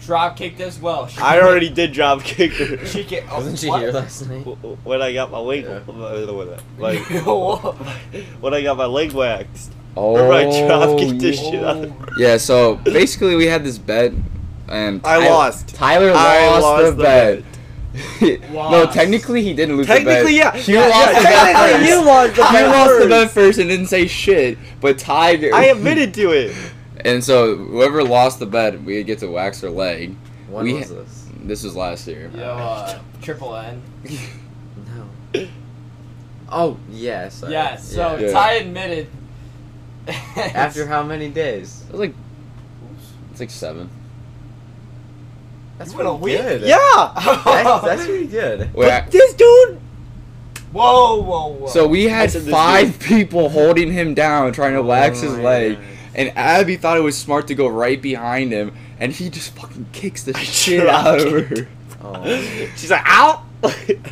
[SPEAKER 1] drop kicked as well. She
[SPEAKER 4] I
[SPEAKER 1] can-
[SPEAKER 4] already did drop kick
[SPEAKER 2] <laughs>
[SPEAKER 4] her.
[SPEAKER 1] She can, oh,
[SPEAKER 3] Wasn't she
[SPEAKER 1] what?
[SPEAKER 3] here last night?
[SPEAKER 4] W- when I got my leg, <laughs>
[SPEAKER 3] Yeah.
[SPEAKER 4] like
[SPEAKER 3] <laughs>
[SPEAKER 1] Whoa.
[SPEAKER 4] when I got my leg waxed.
[SPEAKER 2] Oh,
[SPEAKER 4] Remember I drop kicked this
[SPEAKER 2] yeah.
[SPEAKER 4] shit out of
[SPEAKER 2] Yeah, so basically we had this bet, and
[SPEAKER 4] I
[SPEAKER 2] Ty-
[SPEAKER 4] lost.
[SPEAKER 2] Tyler lost,
[SPEAKER 4] <laughs> I
[SPEAKER 2] the, bet. <laughs> no,
[SPEAKER 1] Lost.
[SPEAKER 2] technically he didn't lose
[SPEAKER 4] Technically,
[SPEAKER 2] the
[SPEAKER 4] yeah.
[SPEAKER 2] bet. You
[SPEAKER 4] yeah,
[SPEAKER 2] lost
[SPEAKER 4] yeah,
[SPEAKER 2] the bet
[SPEAKER 4] technically
[SPEAKER 2] first.
[SPEAKER 4] You lost the
[SPEAKER 2] You
[SPEAKER 4] bet
[SPEAKER 2] lost the
[SPEAKER 4] first.
[SPEAKER 2] bet first and didn't say shit, but Ty.
[SPEAKER 4] I admitted to it.
[SPEAKER 2] <laughs> And so whoever lost the bet, we get to wax their leg.
[SPEAKER 3] When
[SPEAKER 2] We
[SPEAKER 3] was
[SPEAKER 2] ha-
[SPEAKER 3] this?
[SPEAKER 2] This was last year.
[SPEAKER 1] Yo,
[SPEAKER 2] <laughs>
[SPEAKER 1] uh, triple N.
[SPEAKER 3] No. Oh yeah. Sorry.
[SPEAKER 1] Yeah, so
[SPEAKER 2] Yeah.
[SPEAKER 1] Ty
[SPEAKER 3] <laughs>
[SPEAKER 1] admitted.
[SPEAKER 3] After how many days?
[SPEAKER 2] It was like it's like seven.
[SPEAKER 1] You went a week?
[SPEAKER 3] good.
[SPEAKER 4] Yeah.
[SPEAKER 3] That's,
[SPEAKER 4] <laughs>
[SPEAKER 3] that's pretty good.
[SPEAKER 2] Wait, I-
[SPEAKER 4] this dude.
[SPEAKER 1] Whoa, whoa, whoa.
[SPEAKER 2] so we
[SPEAKER 4] I
[SPEAKER 2] had
[SPEAKER 4] said this
[SPEAKER 2] five people holding him down, trying to wax
[SPEAKER 3] Oh
[SPEAKER 2] his
[SPEAKER 3] my
[SPEAKER 2] leg,
[SPEAKER 3] God.
[SPEAKER 2] and Abby thought it was smart to go right behind him, and he just fucking kicks the
[SPEAKER 4] I
[SPEAKER 2] shit
[SPEAKER 4] tried.
[SPEAKER 2] out of her.
[SPEAKER 3] Oh.
[SPEAKER 4] <gasps> She's like, ow.
[SPEAKER 2] Oh, it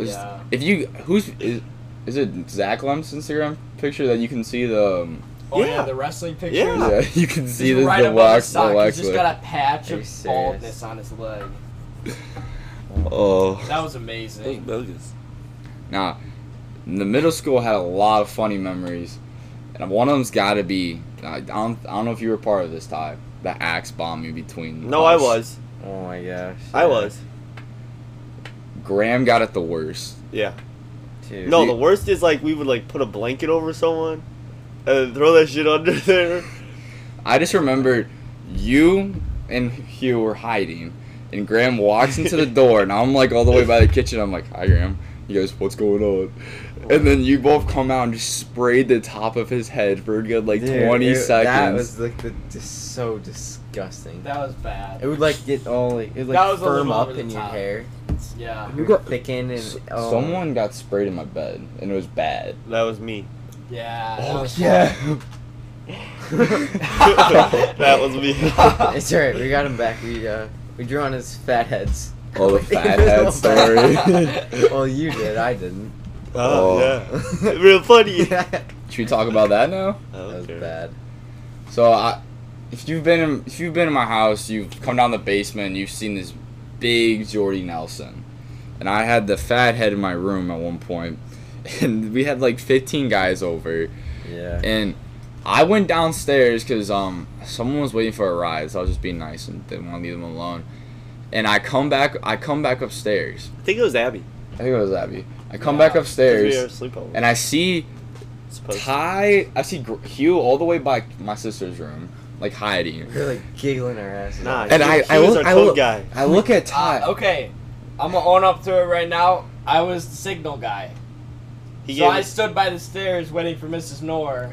[SPEAKER 2] was-
[SPEAKER 1] Yeah.
[SPEAKER 2] if you who's is, is it Zach Lump's Instagram picture that you can see the um,
[SPEAKER 1] oh, yeah.
[SPEAKER 4] yeah.
[SPEAKER 1] the wrestling pictures.
[SPEAKER 2] <laughs>
[SPEAKER 4] Yeah.
[SPEAKER 2] yeah you can see
[SPEAKER 1] He's
[SPEAKER 2] the,
[SPEAKER 1] right
[SPEAKER 2] the
[SPEAKER 1] above
[SPEAKER 2] wax
[SPEAKER 1] his
[SPEAKER 2] the
[SPEAKER 1] sock.
[SPEAKER 2] wax
[SPEAKER 1] He's just
[SPEAKER 2] leg.
[SPEAKER 1] got a patch
[SPEAKER 3] Are you
[SPEAKER 1] of
[SPEAKER 3] serious?
[SPEAKER 1] baldness on his leg.
[SPEAKER 2] oh
[SPEAKER 1] That was
[SPEAKER 4] That was
[SPEAKER 1] amazing.
[SPEAKER 4] bogus.
[SPEAKER 2] Now, the middle school had a lot of funny memories, and one of them's got to be I don't, I don't know if you were part of this time the axe bombing between.
[SPEAKER 4] No, I
[SPEAKER 2] us.
[SPEAKER 4] was.
[SPEAKER 3] Oh my gosh.
[SPEAKER 4] I was.
[SPEAKER 2] Graham got it the worst.
[SPEAKER 4] Yeah.
[SPEAKER 3] Dude.
[SPEAKER 4] No, the worst is like we would like put a blanket over someone, and then throw that shit under <laughs> there.
[SPEAKER 2] I just remember you and Hugh were hiding, and Graham walks into the door, and I'm like all the way by the kitchen. I'm like, "Hi, Graham." He goes, "What's going on?" And then you both come out and just sprayed the top of his head for a good like
[SPEAKER 3] Dude,
[SPEAKER 2] 20
[SPEAKER 3] it-
[SPEAKER 2] seconds.
[SPEAKER 3] That was like the, just so disgusting.
[SPEAKER 1] That was bad.
[SPEAKER 3] It would like get all like it would
[SPEAKER 1] That
[SPEAKER 3] like
[SPEAKER 1] was a
[SPEAKER 3] firm
[SPEAKER 1] little
[SPEAKER 3] up
[SPEAKER 1] over the
[SPEAKER 3] in your
[SPEAKER 1] top.
[SPEAKER 3] hair.
[SPEAKER 1] Yeah.
[SPEAKER 3] It would thicken and
[SPEAKER 2] S-
[SPEAKER 3] oh.
[SPEAKER 2] Someone got sprayed in my bed, and it was bad.
[SPEAKER 4] That was me. <laughs>
[SPEAKER 1] Yeah.
[SPEAKER 2] Oh,
[SPEAKER 1] that was-
[SPEAKER 4] that was me.
[SPEAKER 3] <laughs> It's alright. We got him back. We uh we drew on his fat heads. <laughs>
[SPEAKER 2] Oh, the fat head
[SPEAKER 4] <laughs>
[SPEAKER 2] story.
[SPEAKER 3] well, you did.
[SPEAKER 1] <laughs>
[SPEAKER 3] I didn't.
[SPEAKER 4] Oh,
[SPEAKER 2] Oh.
[SPEAKER 4] yeah. Real
[SPEAKER 3] <laughs>
[SPEAKER 4] funny.
[SPEAKER 3] that
[SPEAKER 2] <laughs> Should we talk about that now?
[SPEAKER 4] I don't
[SPEAKER 3] was
[SPEAKER 4] care.
[SPEAKER 3] bad.
[SPEAKER 2] So, I, if you've been in, if you've been in my house, you've come down the basement, and you've seen this big Jordy Nelson, and I had the fat head in my room at one point, <laughs> and we had like 15 guys over,
[SPEAKER 3] Yeah.
[SPEAKER 2] and I went downstairs because um someone was waiting for a ride, so I was just being nice and didn't want to leave them alone, and I come back, I come back upstairs.
[SPEAKER 4] I think it was Abby. 'cause
[SPEAKER 2] I think it was Abby. I come
[SPEAKER 1] Yeah,
[SPEAKER 2] back
[SPEAKER 4] We had a
[SPEAKER 2] upstairs
[SPEAKER 4] sleepover.
[SPEAKER 2] and I see
[SPEAKER 4] supposed to.
[SPEAKER 2] Ty. I see Gr- Hugh all the way by my sister's room, like hiding.
[SPEAKER 3] We're like giggling our asses.
[SPEAKER 4] Nah,
[SPEAKER 3] off.
[SPEAKER 2] And
[SPEAKER 4] Hugh-
[SPEAKER 2] I, I
[SPEAKER 4] Hugh was
[SPEAKER 2] look,
[SPEAKER 4] our
[SPEAKER 2] I
[SPEAKER 4] code
[SPEAKER 2] look,
[SPEAKER 4] guy.
[SPEAKER 2] I look at Ty.
[SPEAKER 1] Uh, okay. I'm gonna own up to it right now. I was the signal guy.
[SPEAKER 4] He
[SPEAKER 1] so
[SPEAKER 4] gave
[SPEAKER 1] I
[SPEAKER 4] us-
[SPEAKER 1] stood by the stairs waiting for Mrs. Knorr,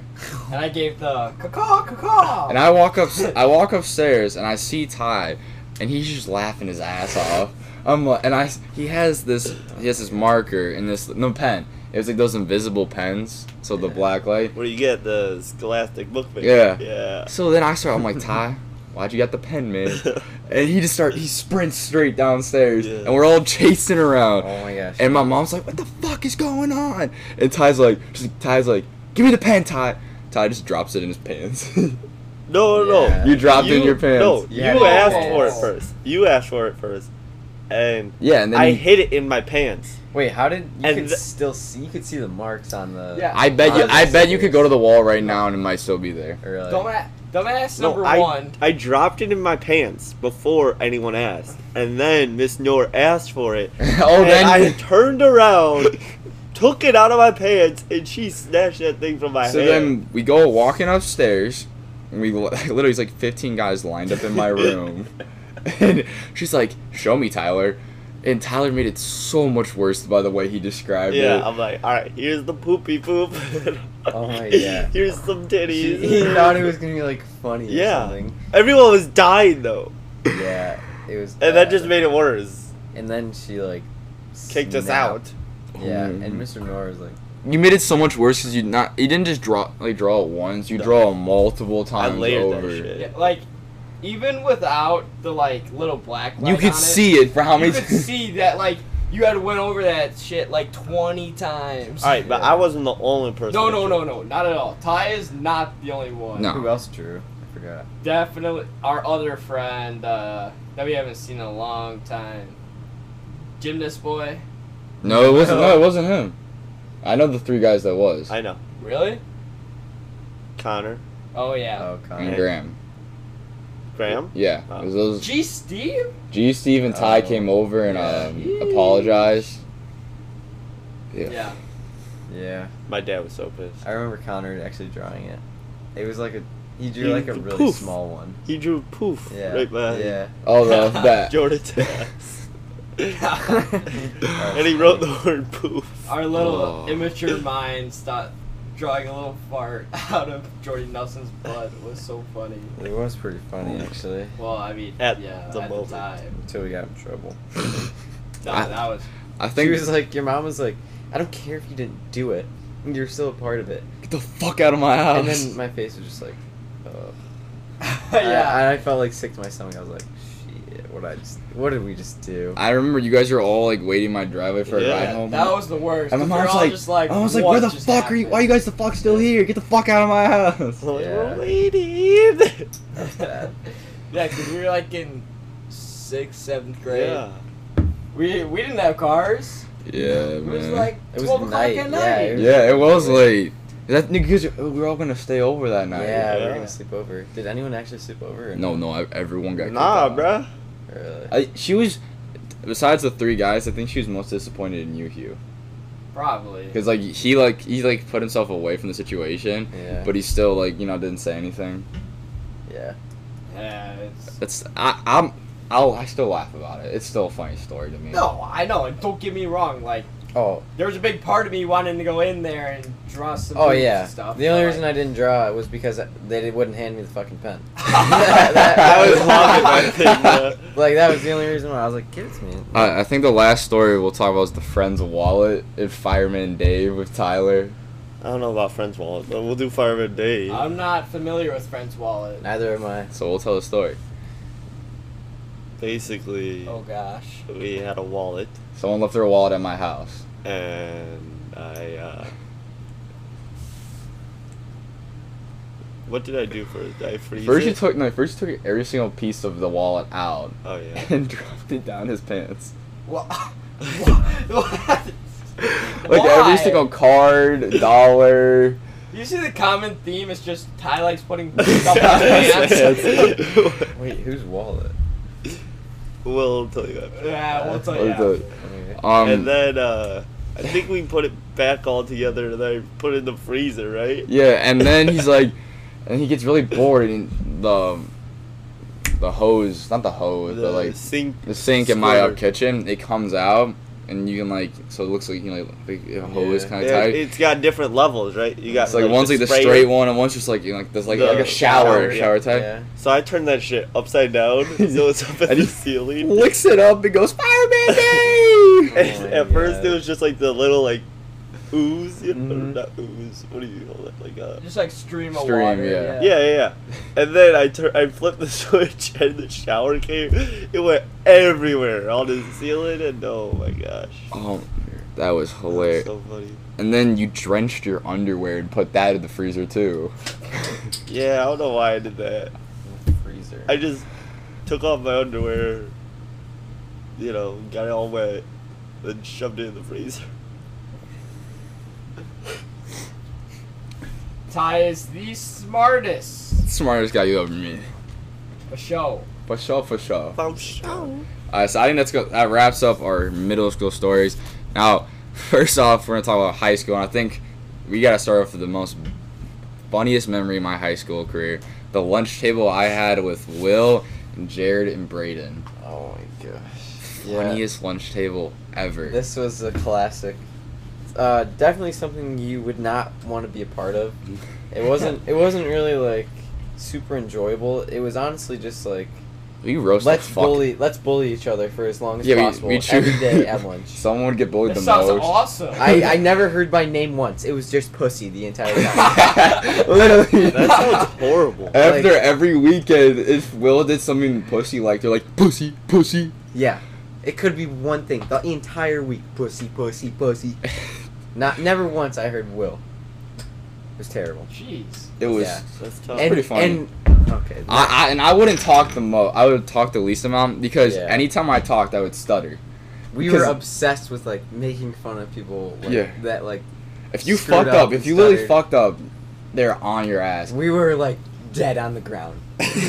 [SPEAKER 1] and I gave the caw caw.
[SPEAKER 2] And I walk up, I walk upstairs, and I see Ty, and he's just laughing his ass off. I'm like, and I, he has this, he has this marker and this no pen. It was like those invisible pens, so the
[SPEAKER 3] Yeah.
[SPEAKER 2] black light.
[SPEAKER 4] Where you get the Scholastic Bookman.
[SPEAKER 2] Yeah.
[SPEAKER 4] Yeah.
[SPEAKER 2] So then I start. I'm like, Ty, why'd you got the pen, man?
[SPEAKER 4] <laughs>
[SPEAKER 2] And he just start. He sprints straight downstairs,
[SPEAKER 4] Yeah.
[SPEAKER 2] and we're all chasing around.
[SPEAKER 3] Oh my gosh.
[SPEAKER 2] And my mom's like, "What the fuck is going on?" And Ty's like, just, "Ty's like, give me the pen, Ty." Ty just drops it in his pants. <laughs>
[SPEAKER 4] No, no,
[SPEAKER 3] Yeah.
[SPEAKER 4] no.
[SPEAKER 2] you dropped it in your pants.
[SPEAKER 4] No,
[SPEAKER 3] You had
[SPEAKER 4] you
[SPEAKER 3] it in your
[SPEAKER 4] asked for it
[SPEAKER 1] pants.
[SPEAKER 4] first. You asked for it first. And
[SPEAKER 2] Yeah, and then
[SPEAKER 4] I
[SPEAKER 2] you-
[SPEAKER 4] hid it in my pants.
[SPEAKER 3] Wait, how did you
[SPEAKER 4] And
[SPEAKER 3] could
[SPEAKER 4] th-
[SPEAKER 3] still see? You could see the marks on the.
[SPEAKER 1] Yeah.
[SPEAKER 2] I bet you.
[SPEAKER 3] on the
[SPEAKER 2] I bet you could
[SPEAKER 3] stickers.
[SPEAKER 2] go to the wall right now, and it might still be there. <laughs>
[SPEAKER 3] Really?
[SPEAKER 1] dumbass, dumbass
[SPEAKER 4] No,
[SPEAKER 1] number
[SPEAKER 4] I,
[SPEAKER 1] one.
[SPEAKER 4] I dropped it in my pants before anyone asked. And then Miss Noor asked for it.
[SPEAKER 2] oh,
[SPEAKER 4] and
[SPEAKER 2] then
[SPEAKER 4] I turned around, <laughs> took it out of my pants, and she snatched that thing from my
[SPEAKER 2] so
[SPEAKER 4] hand.
[SPEAKER 2] then we go walking upstairs, and we li- <laughs> literally it's like 15 guys lined up
[SPEAKER 4] <laughs>
[SPEAKER 2] in my room, and she's like, "Show me, Tyler." And Tyler made it so much worse by the way he described
[SPEAKER 4] yeah,
[SPEAKER 2] it.
[SPEAKER 4] I'm like, all right, here's the poopy
[SPEAKER 2] <laughs>
[SPEAKER 4] poop.
[SPEAKER 3] Oh
[SPEAKER 4] <laughs>
[SPEAKER 3] my God.
[SPEAKER 4] Here's some
[SPEAKER 3] She-
[SPEAKER 4] titties.
[SPEAKER 3] he
[SPEAKER 4] <laughs>
[SPEAKER 3] thought it was gonna be like funny
[SPEAKER 4] Yeah.
[SPEAKER 3] or something.
[SPEAKER 4] Everyone was dying though,
[SPEAKER 3] Yeah. It was.
[SPEAKER 4] and that
[SPEAKER 3] bad.
[SPEAKER 4] just made it worse.
[SPEAKER 3] And then she like
[SPEAKER 4] Kicked us
[SPEAKER 3] snapped.
[SPEAKER 4] out.
[SPEAKER 3] Yeah.
[SPEAKER 2] Mhm.
[SPEAKER 3] And Mr. Nora was like,
[SPEAKER 2] You made it so much worse because you not you didn't just draw like draw it once. You
[SPEAKER 4] No.
[SPEAKER 2] draw it multiple times
[SPEAKER 4] layered that
[SPEAKER 2] over.
[SPEAKER 4] shit.
[SPEAKER 1] Yeah, like, even without the like little black.
[SPEAKER 2] You
[SPEAKER 1] light
[SPEAKER 2] could
[SPEAKER 1] on
[SPEAKER 2] see it for how
[SPEAKER 1] You
[SPEAKER 2] many.
[SPEAKER 1] could
[SPEAKER 2] <laughs>
[SPEAKER 1] see that like you had went over that shit like 20 times.
[SPEAKER 4] All right, but
[SPEAKER 3] Yeah.
[SPEAKER 4] I wasn't the only person.
[SPEAKER 1] No,
[SPEAKER 4] that
[SPEAKER 1] no,
[SPEAKER 4] shit.
[SPEAKER 1] no, no, not at all. Ty is not the only one.
[SPEAKER 2] No.
[SPEAKER 3] "Who else drew? I forgot."
[SPEAKER 1] Definitely our other friend uh, that we haven't seen in a long time. Gymnast boy.
[SPEAKER 2] no, it wasn't. No, it wasn't him. I know the three guys that was.
[SPEAKER 4] I know,
[SPEAKER 1] Really?
[SPEAKER 4] Connor,
[SPEAKER 1] Oh yeah.
[SPEAKER 3] Oh,
[SPEAKER 2] and
[SPEAKER 3] Connor.
[SPEAKER 2] Graham.
[SPEAKER 4] Graham. Uh,
[SPEAKER 2] Yeah, it was those
[SPEAKER 1] G Steve?
[SPEAKER 2] G. Steve and Ty
[SPEAKER 3] Oh.
[SPEAKER 2] came over and
[SPEAKER 3] Yeah.
[SPEAKER 2] um, apologized. Yeah.
[SPEAKER 1] Yeah.
[SPEAKER 3] Yeah.
[SPEAKER 4] My dad was so pissed.
[SPEAKER 3] Uh, I remember Connor actually drawing it. It was like a He drew
[SPEAKER 4] He-
[SPEAKER 3] like a really
[SPEAKER 4] poof.
[SPEAKER 3] small one.
[SPEAKER 4] He drew poof
[SPEAKER 3] Yeah.
[SPEAKER 4] right behind
[SPEAKER 3] yeah.
[SPEAKER 1] <laughs>
[SPEAKER 2] Oh, the that.
[SPEAKER 3] <laughs>
[SPEAKER 4] Jordan Tass. and he
[SPEAKER 3] funny.
[SPEAKER 4] wrote the word poof.
[SPEAKER 1] Our little
[SPEAKER 2] Oh.
[SPEAKER 1] immature minds thought drawing a little fart <laughs> out of Jordy Nelson's blood was so funny.
[SPEAKER 3] It was pretty funny actually.
[SPEAKER 1] Well, I mean,
[SPEAKER 4] At
[SPEAKER 1] yeah,
[SPEAKER 4] the
[SPEAKER 1] at
[SPEAKER 4] moment.
[SPEAKER 1] the time.
[SPEAKER 3] Until we got in trouble.
[SPEAKER 1] No,
[SPEAKER 2] I-
[SPEAKER 1] that was
[SPEAKER 2] <laughs>
[SPEAKER 1] <laughs>
[SPEAKER 2] I
[SPEAKER 3] She
[SPEAKER 2] think
[SPEAKER 3] was like, your mom was like, I don't care if you didn't do it. You're still a part of it.
[SPEAKER 2] get the fuck out of my
[SPEAKER 4] Oh.
[SPEAKER 2] house.
[SPEAKER 3] And then my face was just like, oh. <laughs>
[SPEAKER 1] yeah.
[SPEAKER 3] I, I felt like sick to my stomach. I was like, shit, what I just, what did we just <laughs> do?
[SPEAKER 2] I remember you guys were all like waiting in my driveway for
[SPEAKER 4] Yeah,
[SPEAKER 2] a ride
[SPEAKER 1] Yeah,
[SPEAKER 2] home.
[SPEAKER 1] that was the worst.
[SPEAKER 2] and my
[SPEAKER 1] because we were
[SPEAKER 2] mom's
[SPEAKER 1] all
[SPEAKER 2] like,
[SPEAKER 1] just like,
[SPEAKER 2] I was like,
[SPEAKER 1] "What
[SPEAKER 2] where the
[SPEAKER 1] just
[SPEAKER 2] fuck are you? Why are you guys the fuck still here? Get the fuck out of
[SPEAKER 1] <laughs>
[SPEAKER 2] my house.
[SPEAKER 4] Like,
[SPEAKER 3] Yeah.
[SPEAKER 4] We're waiting.
[SPEAKER 3] That's bad. <laughs>
[SPEAKER 1] happened?" <laughs> yeah, because we were like in sixth, seventh grade.
[SPEAKER 4] Yeah.
[SPEAKER 1] We we didn't have cars.
[SPEAKER 2] Yeah,
[SPEAKER 1] It
[SPEAKER 2] man.
[SPEAKER 1] was like
[SPEAKER 3] It was
[SPEAKER 1] twelve o'clock
[SPEAKER 3] night,
[SPEAKER 1] at
[SPEAKER 3] yeah,
[SPEAKER 1] night.
[SPEAKER 3] it
[SPEAKER 2] yeah, it was late. That because we were all gonna stay over that night.
[SPEAKER 3] Yeah, we are
[SPEAKER 4] Yeah.
[SPEAKER 3] gonna sleep over. Did anyone actually sleep over? or
[SPEAKER 2] No, no, I, everyone got. kicked
[SPEAKER 4] Nah,
[SPEAKER 2] out.
[SPEAKER 3] <laughs>
[SPEAKER 4] bruh.
[SPEAKER 3] Really?
[SPEAKER 2] I, she was, besides the three guys, I think she was most disappointed in you, Hugh,
[SPEAKER 1] Probably.
[SPEAKER 2] because like he like he like put himself away from the situation,
[SPEAKER 3] Yeah.
[SPEAKER 2] but he still like you know didn't say anything.
[SPEAKER 3] yeah.
[SPEAKER 1] Yeah, it's...
[SPEAKER 2] That's I I'm I'll I still laugh about it. It's still a funny story to me.
[SPEAKER 1] No, I know, and don't get me wrong. Like,
[SPEAKER 3] Oh.
[SPEAKER 1] there was a big part of me wanting to go in there and draw some.
[SPEAKER 3] Oh
[SPEAKER 1] boobs and
[SPEAKER 3] yeah.
[SPEAKER 1] Stuff,
[SPEAKER 3] the only
[SPEAKER 1] but,
[SPEAKER 3] reason I didn't draw it was because they wouldn't hand me the fucking pen. <laughs>
[SPEAKER 1] That-
[SPEAKER 3] that-
[SPEAKER 4] I <laughs> was
[SPEAKER 3] <laughs>
[SPEAKER 4] loving that thing, bruh.
[SPEAKER 3] Like that was the only reason why I was like, give it to me.
[SPEAKER 2] I, I think the last story we'll talk about is the friend's wallet at Fireman Dave with Tyler.
[SPEAKER 4] I don't know about Friends Wallet, but we'll do Fireman Day.
[SPEAKER 1] I'm not familiar with Friend's wallet.
[SPEAKER 3] Neither am I.
[SPEAKER 2] So we'll tell the story.
[SPEAKER 4] Basically,
[SPEAKER 1] Oh gosh.
[SPEAKER 4] we had a wallet,
[SPEAKER 2] Someone left their wallet at my house.
[SPEAKER 4] and I. Uh, what did I do first? Did I freeze
[SPEAKER 2] first
[SPEAKER 4] it?
[SPEAKER 2] you took no, first you took every single piece of the wallet out
[SPEAKER 4] oh yeah.
[SPEAKER 2] <laughs>
[SPEAKER 4] <laughs>
[SPEAKER 2] and dropped it down his pants.
[SPEAKER 1] What? <laughs> what?
[SPEAKER 2] <laughs> Like
[SPEAKER 1] Why?
[SPEAKER 2] every single card, dollar.
[SPEAKER 1] You see the common theme is just Ty likes
[SPEAKER 3] <laughs>
[SPEAKER 1] putting
[SPEAKER 2] <laughs>
[SPEAKER 1] stuff in his pants.
[SPEAKER 4] Yes.
[SPEAKER 3] Wait, whose wallet?
[SPEAKER 4] <laughs> we'll tell you that.
[SPEAKER 1] <laughs> yeah, we'll tell
[SPEAKER 2] What
[SPEAKER 1] you.
[SPEAKER 2] is it?
[SPEAKER 1] after.
[SPEAKER 3] Okay.
[SPEAKER 2] Um,
[SPEAKER 4] and then uh, I think we put it back all together, and I put it in the freezer, right?
[SPEAKER 2] Yeah, and then he's like, and he gets really bored, and the the hose, not the hose, but like
[SPEAKER 4] sink.
[SPEAKER 2] the sink in my uh,
[SPEAKER 4] squirt.
[SPEAKER 2] kitchen, it comes out, and you can like, so it looks like you know, like like, a hose
[SPEAKER 3] Yeah.
[SPEAKER 2] kind of
[SPEAKER 4] Yeah,
[SPEAKER 2] tight.
[SPEAKER 4] it's got different levels, right? You got
[SPEAKER 2] It's like one's like the
[SPEAKER 4] sprayer.
[SPEAKER 2] straight one, and one's just like you know, like there's like
[SPEAKER 4] The
[SPEAKER 2] like a shower,
[SPEAKER 4] shower,
[SPEAKER 2] shower,
[SPEAKER 4] yeah.
[SPEAKER 2] type.
[SPEAKER 3] Yeah.
[SPEAKER 4] So I turned that shit
[SPEAKER 2] <laughs>
[SPEAKER 4] upside down, so it's up at
[SPEAKER 2] And he
[SPEAKER 4] the ceiling.
[SPEAKER 2] Licks it up and goes
[SPEAKER 4] <laughs>
[SPEAKER 2] fireman
[SPEAKER 4] And
[SPEAKER 2] day.
[SPEAKER 4] <laughs>
[SPEAKER 3] Oh my
[SPEAKER 4] at first, it
[SPEAKER 3] God.
[SPEAKER 4] was just like the little like ooze, you know,
[SPEAKER 2] Mm-hmm.
[SPEAKER 3] Mhm.
[SPEAKER 4] not ooze. What do you call it? Like uh,
[SPEAKER 1] Just like stream of
[SPEAKER 2] Stream,
[SPEAKER 1] water.
[SPEAKER 2] yeah.
[SPEAKER 4] yeah, yeah, yeah. And then I tur- I flipped the <laughs> switch, and the shower came. It went everywhere on the ceiling, and oh my gosh,
[SPEAKER 2] oh, that was <laughs> hilarious.
[SPEAKER 4] so funny.
[SPEAKER 2] And then you drenched your underwear and put that in the freezer too.
[SPEAKER 3] <laughs>
[SPEAKER 4] Yeah, I don't know why I did that.
[SPEAKER 3] Freezer.
[SPEAKER 4] I just took off my underwear, you know, got it all wet, then shoved it in the freezer. <laughs>
[SPEAKER 1] Ty is the smartest.
[SPEAKER 2] Smartest guy you ever meet.
[SPEAKER 1] A show.
[SPEAKER 2] For sure, for sure.
[SPEAKER 4] Found show.
[SPEAKER 2] Uh, so I think that's go- that wraps up our middle school stories. Now, first off, we're gonna talk about high school, and I think we gotta start off with the most funniest memory of my high school career: the lunch table I had with Will, and Jared, and Braden.
[SPEAKER 3] oh my gosh. Yeah.
[SPEAKER 2] Funniest lunch table ever.
[SPEAKER 3] This was a classic. Uh, definitely something you would not want to be a part of.
[SPEAKER 2] <laughs>
[SPEAKER 3] It wasn't. It wasn't really like super enjoyable. It was honestly just like
[SPEAKER 2] we roasted.
[SPEAKER 3] let's
[SPEAKER 2] fuck-
[SPEAKER 3] bully let's bully each other for as long as
[SPEAKER 2] Yeah, we-
[SPEAKER 3] possible
[SPEAKER 2] we chew-
[SPEAKER 3] every day
[SPEAKER 2] <laughs>
[SPEAKER 3] at lunch.
[SPEAKER 2] Someone would get bullied
[SPEAKER 1] That
[SPEAKER 2] the
[SPEAKER 1] sounds
[SPEAKER 2] most.
[SPEAKER 1] awesome.
[SPEAKER 2] <laughs>
[SPEAKER 3] I, I never heard my name once. It was just pussy the entire
[SPEAKER 2] <laughs>
[SPEAKER 3] time.
[SPEAKER 2] Literally.
[SPEAKER 4] That sounds
[SPEAKER 2] <laughs>
[SPEAKER 4] horrible.
[SPEAKER 2] After
[SPEAKER 3] like-
[SPEAKER 2] every weekend, if Will did something pussy like, they're like pussy, pussy. <laughs>
[SPEAKER 3] yeah, it could be one thing the entire week. Pussy, pussy, pussy. Not never once I heard Will. It was terrible.
[SPEAKER 1] <laughs> Jeez. <laughs>
[SPEAKER 2] It was.
[SPEAKER 3] Yeah.
[SPEAKER 4] That's tough.
[SPEAKER 3] And,
[SPEAKER 2] pretty funny.
[SPEAKER 3] And okay.
[SPEAKER 2] I, I and I wouldn't talk the mo. I would talk the least amount because
[SPEAKER 3] Yeah.
[SPEAKER 2] anytime I talked, I would stutter.
[SPEAKER 3] We
[SPEAKER 2] Because-
[SPEAKER 3] were obsessed with like making fun of people like,
[SPEAKER 2] Yeah.
[SPEAKER 3] that like
[SPEAKER 2] If you
[SPEAKER 3] Screwed
[SPEAKER 2] fucked
[SPEAKER 3] up
[SPEAKER 2] up,
[SPEAKER 3] and
[SPEAKER 2] if you literally
[SPEAKER 3] stuttered.
[SPEAKER 2] fucked up, they're on your ass.
[SPEAKER 3] we were like dead on
[SPEAKER 2] <laughs>
[SPEAKER 3] the ground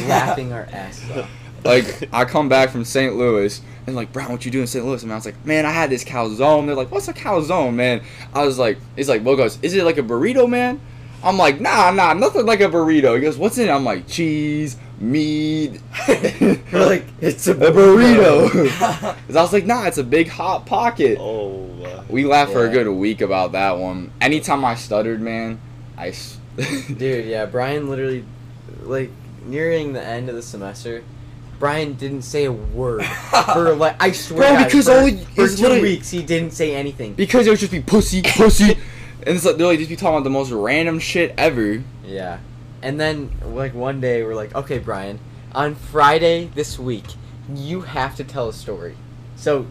[SPEAKER 3] laughing our asses off.
[SPEAKER 2] Like I come back from St. Louis and like Brown, what you do in St. Louis? And I was like, man, I had this calzone. They're like, what's a calzone, man? I was like, it's like Will goes, is it like a burrito, man? I'm like, nah, nah, nothing like a burrito. He goes, what's in it? I'm like, cheese,
[SPEAKER 3] <laughs>
[SPEAKER 2] meat.
[SPEAKER 3] We're like, it's a
[SPEAKER 2] a burrito. <laughs> 'Cause I was like, nah, it's a big hot pocket.
[SPEAKER 4] Oh my.
[SPEAKER 2] We laughed for a
[SPEAKER 3] Yeah.
[SPEAKER 2] good week about that one. Anytime I stuttered, man, I. s- <laughs>
[SPEAKER 3] Dude, yeah, Brian literally, like, nearing the end of the semester, Brian didn't say a word
[SPEAKER 2] <laughs>
[SPEAKER 3] for like I swear.
[SPEAKER 2] Bro,
[SPEAKER 3] to God,
[SPEAKER 2] because
[SPEAKER 3] for,
[SPEAKER 2] all he-
[SPEAKER 3] for
[SPEAKER 2] is
[SPEAKER 3] two
[SPEAKER 2] literally-
[SPEAKER 3] weeks he didn't say anything.
[SPEAKER 2] Because it would just be pussy, pussy. And it's like, they'll like, just be talking about the most random shit ever.
[SPEAKER 3] Yeah, and then like one day we're like, okay, Brian, on Friday this week you have to tell a story, so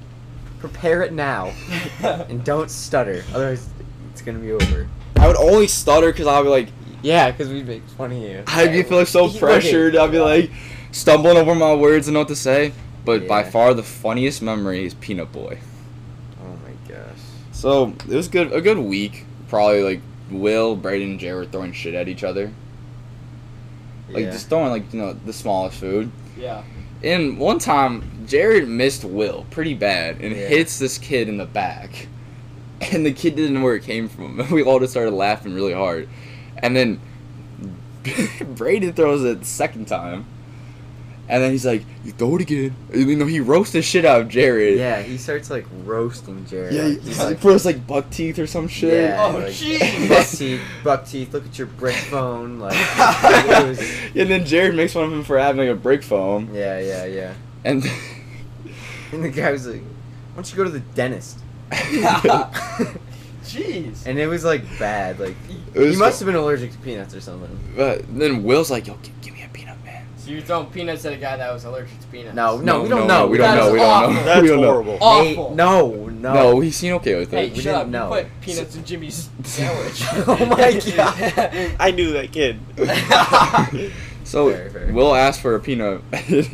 [SPEAKER 3] prepare it now and don't stutter, otherwise it's gonna be over.
[SPEAKER 2] I would only stutter because I'd be like, <laughs>
[SPEAKER 3] Yeah, because we make fun of you.
[SPEAKER 2] I'd be feeling
[SPEAKER 3] <laughs>
[SPEAKER 2] so
[SPEAKER 3] Okay.
[SPEAKER 2] pressured. I'd be like stumbling over my words and know what to say. But by
[SPEAKER 3] Yeah.
[SPEAKER 2] far the funniest memory is Peanut Boy.
[SPEAKER 3] Oh my gosh.
[SPEAKER 2] So it was good, a good week. Probably like Will, Braden, and Jay were throwing shit at each other, like
[SPEAKER 3] Yeah.
[SPEAKER 2] just throwing like you know the smallest food.
[SPEAKER 1] yeah.
[SPEAKER 2] And one time, Jared missed Will pretty bad and
[SPEAKER 3] Yeah.
[SPEAKER 2] hits this kid in the back. <laughs> And the kid didn't know where it came from. <laughs> And we all just started laughing really hard. And then <laughs> Braden throws it the second time. And then he's like, You throw it again. And, You know, he roasts the shit out of Jared.
[SPEAKER 3] Yeah, he starts like roasting Jared.
[SPEAKER 2] Yeah,
[SPEAKER 3] Like,
[SPEAKER 2] he
[SPEAKER 3] he's
[SPEAKER 2] he
[SPEAKER 3] like,
[SPEAKER 2] throws like buck teeth or some shit.
[SPEAKER 3] Yeah,
[SPEAKER 1] Oh,
[SPEAKER 3] like,
[SPEAKER 1] jeez.
[SPEAKER 3] Buck teeth, buck teeth. Look at your brick phone. <laughs> Like, it was,
[SPEAKER 2] <laughs> and then Jared makes fun of him for having a brick phone.
[SPEAKER 3] yeah, yeah, yeah.
[SPEAKER 2] And
[SPEAKER 3] And the guy was like, "Why don't you go to the dentist?" <laughs>
[SPEAKER 2] <laughs>
[SPEAKER 1] Jeez.
[SPEAKER 3] and it was like bad. Like,
[SPEAKER 2] It was
[SPEAKER 3] he must have been allergic to peanuts or something.
[SPEAKER 2] uh, then Will's like, Yo, give, give me a peanut, man.
[SPEAKER 1] So you're throwing peanuts at a guy that was allergic to peanuts.
[SPEAKER 3] No, no,
[SPEAKER 2] No,
[SPEAKER 3] we don't
[SPEAKER 2] no,
[SPEAKER 3] know.
[SPEAKER 2] we don't
[SPEAKER 3] That
[SPEAKER 1] know,
[SPEAKER 3] is
[SPEAKER 1] we don't
[SPEAKER 2] <laughs>
[SPEAKER 3] awful.
[SPEAKER 1] know. <laughs>
[SPEAKER 4] Oh, That's
[SPEAKER 2] We don't know.
[SPEAKER 4] horrible.
[SPEAKER 3] Oh.
[SPEAKER 1] Awful.
[SPEAKER 3] Nate, no, no.
[SPEAKER 2] No, he seemed okay with
[SPEAKER 1] Hey,
[SPEAKER 2] it.
[SPEAKER 3] we
[SPEAKER 1] shut
[SPEAKER 3] didn't
[SPEAKER 1] up.
[SPEAKER 3] know.
[SPEAKER 1] You put peanuts in
[SPEAKER 3] <laughs>
[SPEAKER 1] Jimmy's sandwich.
[SPEAKER 3] Oh
[SPEAKER 1] <laughs>
[SPEAKER 3] my God.
[SPEAKER 4] I knew that kid.
[SPEAKER 2] <laughs> So
[SPEAKER 3] Fair, fair.
[SPEAKER 2] Will asked for a peanut.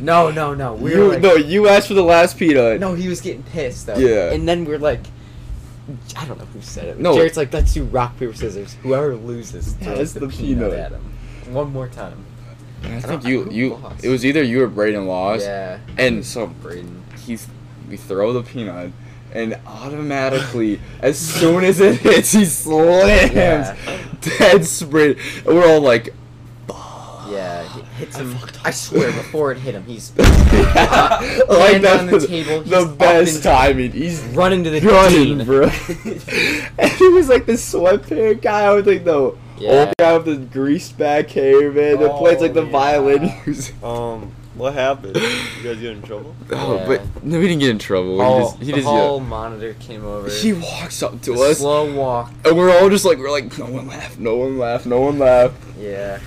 [SPEAKER 2] <laughs>
[SPEAKER 3] no, no, no. We
[SPEAKER 2] you,
[SPEAKER 3] were like,
[SPEAKER 2] no, you asked for the last peanut.
[SPEAKER 3] No, he was getting pissed though.
[SPEAKER 2] Yeah.
[SPEAKER 3] And then we're like, I don't know who said it.
[SPEAKER 2] No.
[SPEAKER 3] Jared's like, let's do rock paper scissors. Whoever loses
[SPEAKER 2] Has
[SPEAKER 3] throws the,
[SPEAKER 2] the
[SPEAKER 3] peanut,
[SPEAKER 2] peanut.
[SPEAKER 3] at him. One more time.
[SPEAKER 2] And I
[SPEAKER 3] I
[SPEAKER 2] think
[SPEAKER 3] don't-
[SPEAKER 2] you
[SPEAKER 3] who
[SPEAKER 2] you
[SPEAKER 3] lost?
[SPEAKER 2] it was either you or Braden lost.
[SPEAKER 3] Yeah.
[SPEAKER 2] And so
[SPEAKER 3] Braden.
[SPEAKER 2] he's we throw the peanut, and automatically as soon as it hits, he slams
[SPEAKER 3] Yeah.
[SPEAKER 2] <laughs> dead sprint. And we're all like,
[SPEAKER 3] Yeah. He hits
[SPEAKER 2] I
[SPEAKER 3] him.
[SPEAKER 2] fucked up.
[SPEAKER 3] I, swear, before it hit him, he's
[SPEAKER 2] <laughs>
[SPEAKER 3] <laughs>
[SPEAKER 2] like
[SPEAKER 3] Lands
[SPEAKER 2] that
[SPEAKER 3] on the
[SPEAKER 2] was
[SPEAKER 3] table, he's
[SPEAKER 2] the
[SPEAKER 3] up
[SPEAKER 2] best
[SPEAKER 3] and-
[SPEAKER 2] timing. He's
[SPEAKER 3] running to the
[SPEAKER 2] running,
[SPEAKER 3] kitchen.
[SPEAKER 2] bro.
[SPEAKER 3] <laughs>
[SPEAKER 2] and he was like the sweatpants guy with like the
[SPEAKER 3] Yeah.
[SPEAKER 2] old guy with the greased back hair, man. That plays like the
[SPEAKER 1] Oh, yeah.
[SPEAKER 2] violin
[SPEAKER 3] <laughs>
[SPEAKER 2] music.
[SPEAKER 4] Um, what happened? You guys get in trouble?
[SPEAKER 2] Oh,
[SPEAKER 3] Yeah. Oh,
[SPEAKER 2] but no, we didn't get in trouble. He
[SPEAKER 3] Hall-
[SPEAKER 2] just, he
[SPEAKER 3] the
[SPEAKER 2] just,
[SPEAKER 3] hall monitor came over.
[SPEAKER 2] yeah. He walks up to
[SPEAKER 3] The
[SPEAKER 2] us,
[SPEAKER 3] Slow walk.
[SPEAKER 2] and we're all just like, we're like, no one laugh, no one laugh, no one laugh.
[SPEAKER 3] Yeah.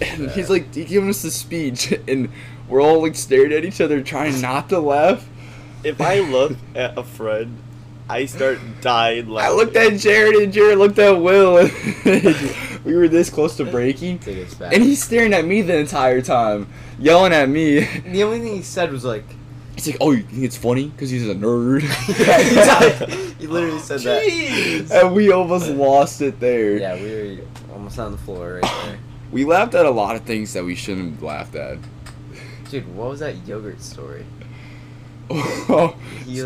[SPEAKER 2] And he's like giving us the speech, and we're all like staring at each other, trying not to laugh.
[SPEAKER 4] If I look at a friend, I start dying
[SPEAKER 2] I
[SPEAKER 4] laughing.
[SPEAKER 2] looked at Jared, and Jared looked at Will, <laughs> and we were this close to breaking.
[SPEAKER 3] Take us back.
[SPEAKER 2] And he's staring at me the entire time, yelling at me. <laughs>
[SPEAKER 3] the only thing he said was like,
[SPEAKER 2] He's like, "Oh, you think it's funny? Cause he's a nerd." <laughs>
[SPEAKER 3] yeah, he's like- <laughs> he literally said that.
[SPEAKER 1] Jeez.
[SPEAKER 2] and we almost lost it there.
[SPEAKER 3] Yeah, we were almost on the floor right there.
[SPEAKER 2] We laughed at a lot of things that we shouldn't have laughed at. <laughs>
[SPEAKER 3] Dude, what was that yogurt story? He, like-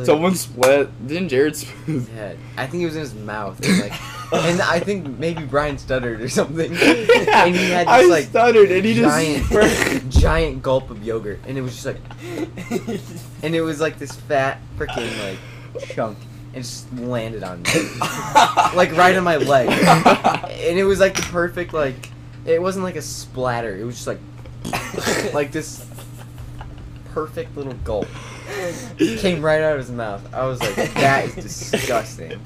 [SPEAKER 2] Someone split. Didn't Jared? Sp-
[SPEAKER 3] Yeah, I think it was in his mouth. And, like, and
[SPEAKER 2] <laughs>
[SPEAKER 3] I think maybe Brian stuttered or something. And he had
[SPEAKER 2] I
[SPEAKER 3] this like
[SPEAKER 2] stuttered, and he <laughs>
[SPEAKER 3] giant,
[SPEAKER 2] just. spurted.
[SPEAKER 3] giant gulp of yogurt, and it was just like, and it was like this fat freaking like chunk, and just landed on me, <laughs> like right on my
[SPEAKER 2] <laughs>
[SPEAKER 3] leg, and it was like the perfect like, it wasn't like a splatter, it was just like,
[SPEAKER 4] <laughs>
[SPEAKER 3] like this
[SPEAKER 2] <laughs>
[SPEAKER 3] perfect little gulp came right out of his mouth. I was like, that is disgusting.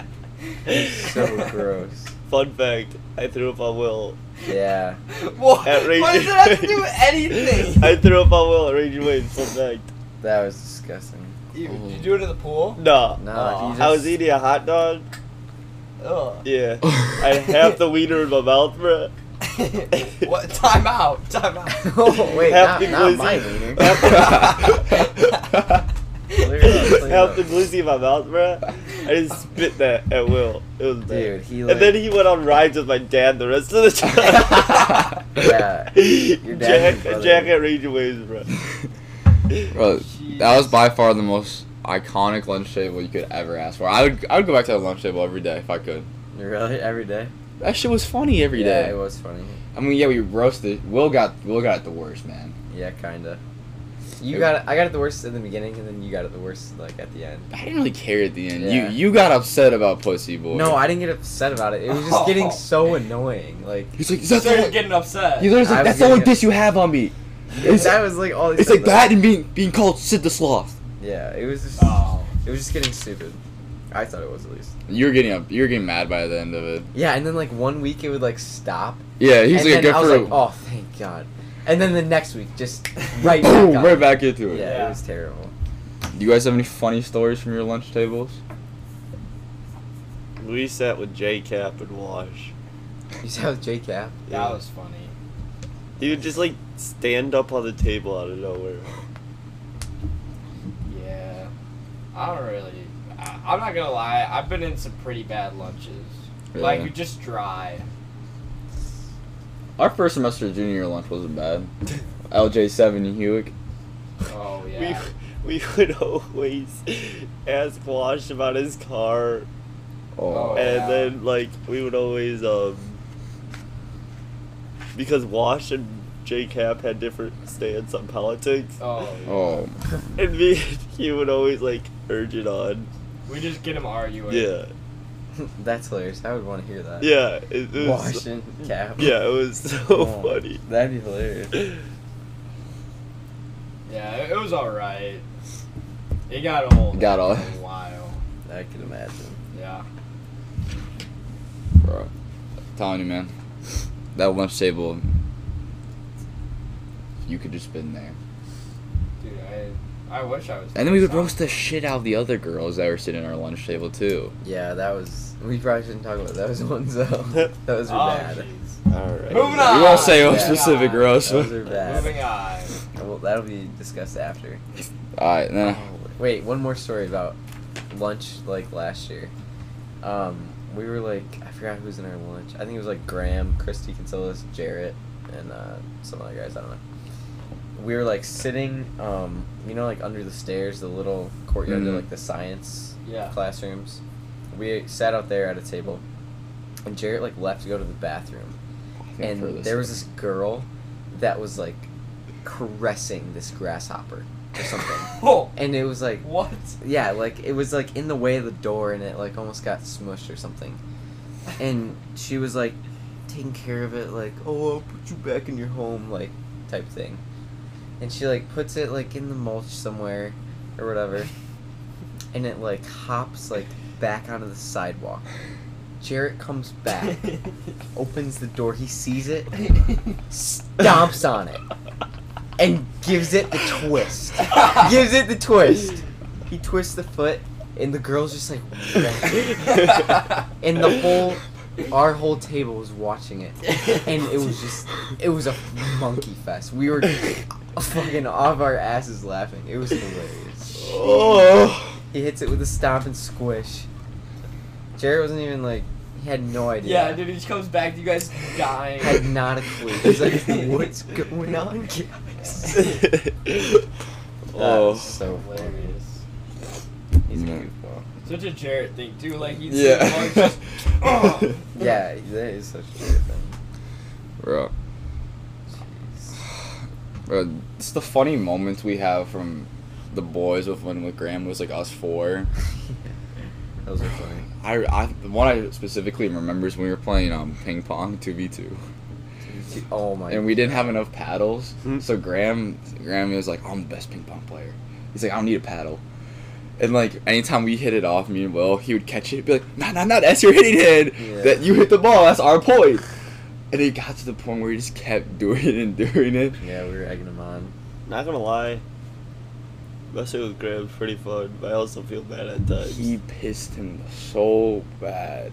[SPEAKER 3] So gross.
[SPEAKER 4] Fun fact: I threw up on Will
[SPEAKER 3] Yeah.
[SPEAKER 1] What?
[SPEAKER 4] at Raging.
[SPEAKER 1] What does it have to
[SPEAKER 3] <laughs>
[SPEAKER 1] do with
[SPEAKER 4] Waves.
[SPEAKER 1] anything?
[SPEAKER 4] <laughs> I threw up on Will at Raging Waves. Fun fact.
[SPEAKER 3] That was disgusting. <laughs>
[SPEAKER 1] you, you do it in the pool?
[SPEAKER 4] Nah.
[SPEAKER 3] Nah,
[SPEAKER 1] Aw.
[SPEAKER 3] he just,
[SPEAKER 4] I was eating a hot dog.
[SPEAKER 3] <laughs>
[SPEAKER 1] Ugh.
[SPEAKER 4] Yeah.
[SPEAKER 1] <laughs>
[SPEAKER 4] <laughs> I <laughs> had half the wiener in my mouth, bruh.
[SPEAKER 1] what? Time out. Time out.
[SPEAKER 3] oh wait,
[SPEAKER 4] Half
[SPEAKER 3] not,
[SPEAKER 4] the
[SPEAKER 3] not my
[SPEAKER 4] glizzy.
[SPEAKER 2] <laughs>
[SPEAKER 3] wiener. Clear
[SPEAKER 4] half the glizzy in my mouth, bruh. I just spit <laughs> that at Will. It was bad.
[SPEAKER 3] Dude, he like.
[SPEAKER 4] And then he went on rides with my dad the
[SPEAKER 3] <laughs>
[SPEAKER 4] rest of the time. <laughs>
[SPEAKER 3] yeah. Your dad and your
[SPEAKER 4] Jack,
[SPEAKER 3] brother.
[SPEAKER 4] Jack at Ranger Waves, bro.
[SPEAKER 2] Bro, that was by far the most iconic lunch table you could ever ask for. I would I would go back to that lunch table every day if I could.
[SPEAKER 3] Really? Every day?
[SPEAKER 2] That shit was funny every day.
[SPEAKER 3] yeah, it was funny.
[SPEAKER 2] I mean, yeah, we roasted. Will got Will got it the worst, man.
[SPEAKER 3] Yeah, kinda. You
[SPEAKER 2] It-
[SPEAKER 3] got it, I got it the worst in the beginning, and then you got it the worst like at the end.
[SPEAKER 2] I didn't really care at the end.
[SPEAKER 3] Yeah.
[SPEAKER 2] You you got upset about Pussy Boy.
[SPEAKER 3] No, I didn't get upset about it. It was just
[SPEAKER 1] Oh.
[SPEAKER 3] getting so annoying. Like
[SPEAKER 2] He's like,
[SPEAKER 1] That's
[SPEAKER 2] that's the
[SPEAKER 1] Started
[SPEAKER 2] only.
[SPEAKER 1] getting upset.
[SPEAKER 2] He's literally
[SPEAKER 3] I
[SPEAKER 2] like,
[SPEAKER 3] was
[SPEAKER 2] that's the only
[SPEAKER 3] getting-
[SPEAKER 2] diss you have on me. It's,
[SPEAKER 3] that was like all. he
[SPEAKER 2] it's
[SPEAKER 3] said
[SPEAKER 2] like that and being being called Sid the Sloth.
[SPEAKER 3] Yeah, it was just.
[SPEAKER 1] Oh.
[SPEAKER 3] It was just getting stupid. I thought it was at least.
[SPEAKER 2] You were getting up. You were getting mad by the end of it.
[SPEAKER 3] Yeah, and then like one week it would like stop.
[SPEAKER 2] Yeah, he's
[SPEAKER 3] and
[SPEAKER 2] like,
[SPEAKER 3] then
[SPEAKER 2] good
[SPEAKER 3] I
[SPEAKER 2] for
[SPEAKER 3] was
[SPEAKER 2] a-
[SPEAKER 3] like, oh thank God. And then the next week, just <laughs> right
[SPEAKER 2] boom,
[SPEAKER 3] back. up.
[SPEAKER 2] right back into
[SPEAKER 3] Yeah,
[SPEAKER 2] it.
[SPEAKER 1] Yeah.
[SPEAKER 3] it was terrible.
[SPEAKER 2] Do you guys have any funny stories from your lunch tables?
[SPEAKER 4] We sat with J Cap and Wash.
[SPEAKER 3] You saw J Cap. <laughs>
[SPEAKER 1] That was funny.
[SPEAKER 4] He would just like stand up on the table out of nowhere.
[SPEAKER 3] Oh,
[SPEAKER 1] Yeah. I don't really. I, I'm not gonna lie. I've been in some pretty bad lunches. Like
[SPEAKER 2] Yeah.
[SPEAKER 1] you're just dry.
[SPEAKER 2] Our first semester of junior year lunch wasn't bad. LJ seven Hewick.
[SPEAKER 1] Oh yeah.
[SPEAKER 4] <laughs> We we would always ask Wash about his car,
[SPEAKER 2] Oh,
[SPEAKER 1] Oh,
[SPEAKER 4] and
[SPEAKER 1] yeah.
[SPEAKER 4] then like we would always um because Wash and J Cap had different stands on politics,
[SPEAKER 1] Oh. yeah.
[SPEAKER 2] oh,
[SPEAKER 4] and me he would always like urge it on.
[SPEAKER 1] We just get them arguing.
[SPEAKER 4] Yeah,
[SPEAKER 3] That's hilarious. I would want to hear that.
[SPEAKER 4] yeah, it, it was.
[SPEAKER 3] Washington Cap.
[SPEAKER 4] <laughs> Yeah, it was so
[SPEAKER 3] Oh,
[SPEAKER 4] funny.
[SPEAKER 3] That'd be hilarious.
[SPEAKER 1] Yeah. It, it was all right. It got old.
[SPEAKER 2] Got old.
[SPEAKER 1] after A while.
[SPEAKER 3] I can imagine.
[SPEAKER 1] Yeah.
[SPEAKER 2] bro, I'm telling you, man, that lunch table, you could just been there.
[SPEAKER 1] Dude, I I wish I was.
[SPEAKER 2] And then we would roast the shit out of the other girls that were sitting at our lunch table too.
[SPEAKER 3] Yeah, that was. We probably shouldn't talk <laughs> about those ones
[SPEAKER 4] <laughs>
[SPEAKER 3] though.
[SPEAKER 1] Oh,
[SPEAKER 3] Those were bad.
[SPEAKER 1] jeez.
[SPEAKER 4] All right.
[SPEAKER 1] Moving
[SPEAKER 2] We
[SPEAKER 1] on.
[SPEAKER 2] won't say a
[SPEAKER 3] Yeah.
[SPEAKER 2] specific roast.
[SPEAKER 3] Those are
[SPEAKER 2] All
[SPEAKER 3] bad.
[SPEAKER 1] Moving on.
[SPEAKER 3] Well, that'll be discussed after.
[SPEAKER 2] right, then
[SPEAKER 1] Oh,
[SPEAKER 3] Wait, one more story about lunch like last year. Um, we were like I forgot who was in our lunch. I think it was like Graham, Christy Consolis, Jarrett, and uh, some other guys. I don't know. We were like sitting, um, you know, like under the stairs, the little courtyard,
[SPEAKER 2] Mhm.
[SPEAKER 3] of, like the science
[SPEAKER 1] Yeah.
[SPEAKER 3] classrooms. We sat out there at a table, and Jarrett like left to go to the bathroom, and there was this girl that was like caressing this grasshopper or
[SPEAKER 1] <laughs>
[SPEAKER 3] something,
[SPEAKER 1] Oh.
[SPEAKER 3] and it was like
[SPEAKER 1] What?
[SPEAKER 3] yeah, like it was like in the way of the door, and it like almost got smushed or something. And she was like taking care of it, like oh, I'll put you back in your home, like type thing. And she like puts it like in the mulch somewhere, or whatever. And it like hops like back onto the sidewalk. Jarrett comes back, opens the door, he sees it, stomps on it, and gives it the
[SPEAKER 1] <laughs>
[SPEAKER 3] twist gives it the twist. He twists the foot, and the girl's just like, and the whole, our whole table was watching it, and it was just, it was a monkey fest. We were fucking off our asses laughing. It was hilarious.
[SPEAKER 4] Oh.
[SPEAKER 3] He hits it with a stomp and squish. Jared wasn't even like, he had no idea.
[SPEAKER 1] Yeah, dude, he just comes back to you guys dying.
[SPEAKER 3] Had not a clue. He's like, what's going on?
[SPEAKER 2] <laughs>
[SPEAKER 3] guys?" That
[SPEAKER 2] Oh.
[SPEAKER 3] was so
[SPEAKER 1] <laughs>
[SPEAKER 3] funny.
[SPEAKER 1] Hilarious.
[SPEAKER 3] He's a
[SPEAKER 2] Yeah.
[SPEAKER 3] goofball.
[SPEAKER 1] Such a Jarrett thing too. Like he's
[SPEAKER 2] yeah,
[SPEAKER 1] just,
[SPEAKER 2] <laughs>
[SPEAKER 3] <laughs>
[SPEAKER 1] oh.
[SPEAKER 3] Yeah, that is such a weird thing. <laughs>
[SPEAKER 2] bro, bro, it's the funny moments we have from the boys with when with Graham was like us four.
[SPEAKER 3] Those are
[SPEAKER 2] <laughs>
[SPEAKER 3] funny.
[SPEAKER 2] I, I the one I specifically remember is when we were playing um ping pong two v two,
[SPEAKER 3] Oh my.
[SPEAKER 2] and we didn't have enough paddles.
[SPEAKER 4] Mm.
[SPEAKER 2] So Graham Graham was like, I'm the best ping pong player. He's like, I don't need a paddle. And like anytime we hit it off, me and Will, he would catch it, be like, Nah, nah, nah, that's your hitting head.
[SPEAKER 3] Yeah.
[SPEAKER 2] That you hit the ball. That's our point. And it got to the point where he just kept <laughs> doing it and doing it.
[SPEAKER 3] Yeah, we were egging them on.
[SPEAKER 4] Not gonna lie, messing with Graham's pretty fun, but I also feel bad at times.
[SPEAKER 2] He pissed him so bad.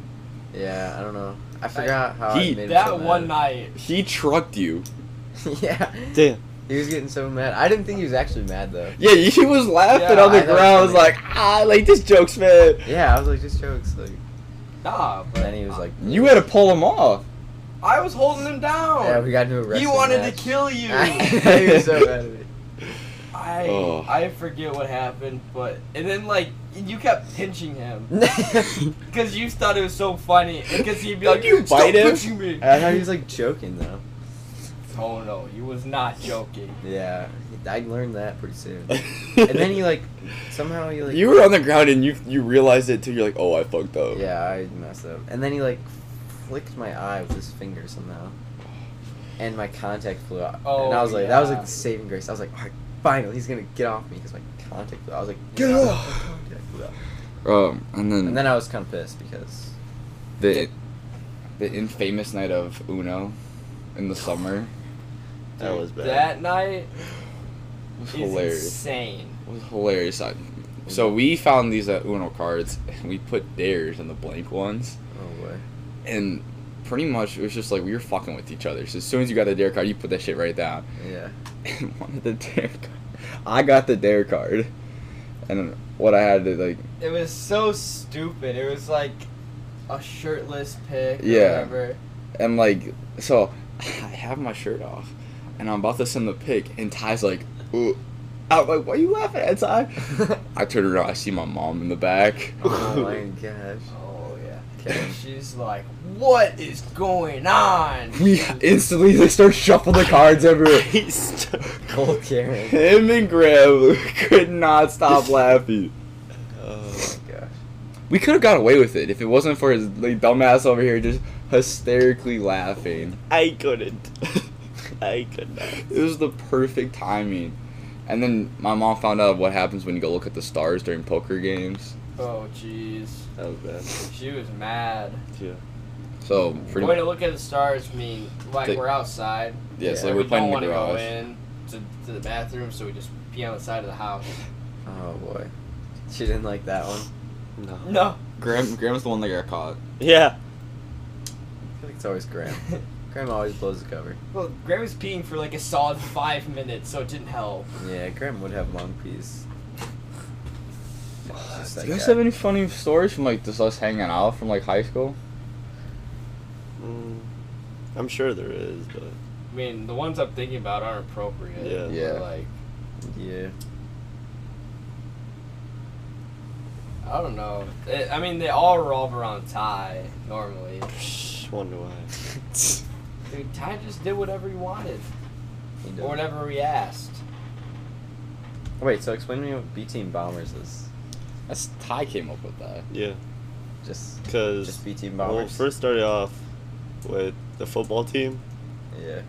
[SPEAKER 3] Yeah, I don't know. I forgot how I
[SPEAKER 2] He-
[SPEAKER 3] made him so
[SPEAKER 1] that
[SPEAKER 3] mad.
[SPEAKER 1] one night.
[SPEAKER 2] He trucked you.
[SPEAKER 3] <laughs> yeah,
[SPEAKER 4] Damn.
[SPEAKER 3] he was getting so mad. I didn't think he was actually mad though.
[SPEAKER 2] Yeah, he <laughs> was laughing
[SPEAKER 1] Yeah,
[SPEAKER 2] on the
[SPEAKER 3] I know.
[SPEAKER 2] ground. I was like, ah, like this joke's man.
[SPEAKER 3] Yeah, I was like just jokes. Like,
[SPEAKER 1] Nah, but
[SPEAKER 3] and then he was like,
[SPEAKER 2] You had to pull him off.
[SPEAKER 1] I was holding him down.
[SPEAKER 3] yeah, we got into a
[SPEAKER 1] he
[SPEAKER 3] <laughs> wrestling
[SPEAKER 1] <laughs> wanted
[SPEAKER 3] match.
[SPEAKER 1] to kill you.
[SPEAKER 3] I, he was so mad at me.
[SPEAKER 1] I I
[SPEAKER 2] Oh.
[SPEAKER 1] I forget what happened, but and then like you kept pinching him because you thought it was so funny because he'd be
[SPEAKER 2] Don't
[SPEAKER 1] like,
[SPEAKER 2] you
[SPEAKER 1] "Stop
[SPEAKER 2] bite him?" Uh-huh.
[SPEAKER 1] pinching me."
[SPEAKER 3] I thought he was like joking though.
[SPEAKER 1] Oh no, you was not joking.
[SPEAKER 3] Yeah, I learned that pretty soon. And then he like somehow he like
[SPEAKER 2] you were on the ground and you you realized it too. You're like, oh, I fucked up.
[SPEAKER 3] yeah I messed up. And then he like flicked my eye with his finger somehow, and my contact flew out. and I
[SPEAKER 1] Oh,
[SPEAKER 3] was like that was
[SPEAKER 1] yeah.
[SPEAKER 3] like the saving grace. I was like all right, finally he's gonna get off me because my contact flew out. I was like
[SPEAKER 2] Get
[SPEAKER 3] "Yeah, my
[SPEAKER 2] off."
[SPEAKER 3] contact flew out.
[SPEAKER 2] Um, and then,
[SPEAKER 3] And then I was kind of pissed because
[SPEAKER 2] the the infamous night of Uno in the summer
[SPEAKER 4] That was bad. <laughs>
[SPEAKER 1] That night
[SPEAKER 2] was
[SPEAKER 1] is
[SPEAKER 2] hilarious.
[SPEAKER 1] insane.
[SPEAKER 2] It was hilarious. I, so we found these uh, Uno cards and we put dares in the blank ones.
[SPEAKER 3] oh boy
[SPEAKER 2] and pretty much it was just like we were fucking with each other. So as soon as you got the dare card, you put that shit right down. <laughs>
[SPEAKER 3] yeah
[SPEAKER 2] And one of the dare card, I got the dare card, and what I had to like,
[SPEAKER 1] It was so stupid. It was like a shirtless pic. Or
[SPEAKER 2] Yeah.
[SPEAKER 1] Whatever.
[SPEAKER 2] and like, so I have my shirt off, and I'm about to send the pic, and Ty's like, Ooh. I'm like, why are you laughing at Ty? I turn around, I see my mom in the back.
[SPEAKER 3] oh my gosh
[SPEAKER 1] Oh yeah.
[SPEAKER 3] Okay.
[SPEAKER 1] She's like, "What is going
[SPEAKER 2] <laughs>
[SPEAKER 1] on?"
[SPEAKER 2] We instantly they start shuffling the cards everywhere.
[SPEAKER 4] I stuck-
[SPEAKER 3] cold Karen
[SPEAKER 2] <laughs> Him and Graham <laughs> could not stop laughing.
[SPEAKER 4] Oh.
[SPEAKER 3] oh my gosh
[SPEAKER 2] We could have got away with it if it wasn't for his like, dumbass over here just hysterically laughing.
[SPEAKER 4] I couldn't. <laughs> I could not.
[SPEAKER 2] It was the perfect timing. And then my mom found out what happens when you go look at the stars during poker games.
[SPEAKER 1] Oh jeez.
[SPEAKER 4] That was
[SPEAKER 1] She was mad.
[SPEAKER 4] bad. Yeah.
[SPEAKER 2] So pretty
[SPEAKER 1] Way to look at the stars mean like
[SPEAKER 2] They-
[SPEAKER 1] we're outside.
[SPEAKER 2] yeah, so
[SPEAKER 3] yeah,
[SPEAKER 2] they
[SPEAKER 1] we
[SPEAKER 2] were playing in
[SPEAKER 1] don't
[SPEAKER 2] the
[SPEAKER 1] wanna
[SPEAKER 2] garage.
[SPEAKER 1] go in to, to the bathroom, so we just pee on the side of the house. <laughs>
[SPEAKER 3] oh boy she didn't like that one I
[SPEAKER 4] No.
[SPEAKER 1] No.
[SPEAKER 2] Graham, Graham was the one that got caught.
[SPEAKER 4] Yeah.
[SPEAKER 3] feel like it's
[SPEAKER 2] <laughs>
[SPEAKER 3] always Graham Graham always blows the cover
[SPEAKER 1] well, Graham was peeing for like a solid five minutes, so it didn't help.
[SPEAKER 3] yeah Graham would have long peas Just
[SPEAKER 2] Do
[SPEAKER 3] like
[SPEAKER 2] you guys
[SPEAKER 3] that.
[SPEAKER 2] have any funny stories from like just us hanging out from like high school?
[SPEAKER 4] Mm, I'm sure there is, but
[SPEAKER 1] I mean, the ones I'm thinking about aren't appropriate.
[SPEAKER 4] Yeah.
[SPEAKER 2] Yeah.
[SPEAKER 1] Like
[SPEAKER 3] yeah
[SPEAKER 1] I don't know. It, I mean, they all revolve around Ty normally.
[SPEAKER 4] psh, wonder <laughs> why.
[SPEAKER 1] Dude, Ty just did whatever he wanted
[SPEAKER 3] he
[SPEAKER 1] or
[SPEAKER 3] does.
[SPEAKER 1] whatever we asked.
[SPEAKER 3] Oh, wait so explain to me what B Team Bombers is
[SPEAKER 2] That's Ty came up with that.
[SPEAKER 4] Yeah,
[SPEAKER 3] just
[SPEAKER 4] because
[SPEAKER 3] just B Team
[SPEAKER 4] well,
[SPEAKER 3] Bombers
[SPEAKER 4] first started off with the football team,
[SPEAKER 3] yeah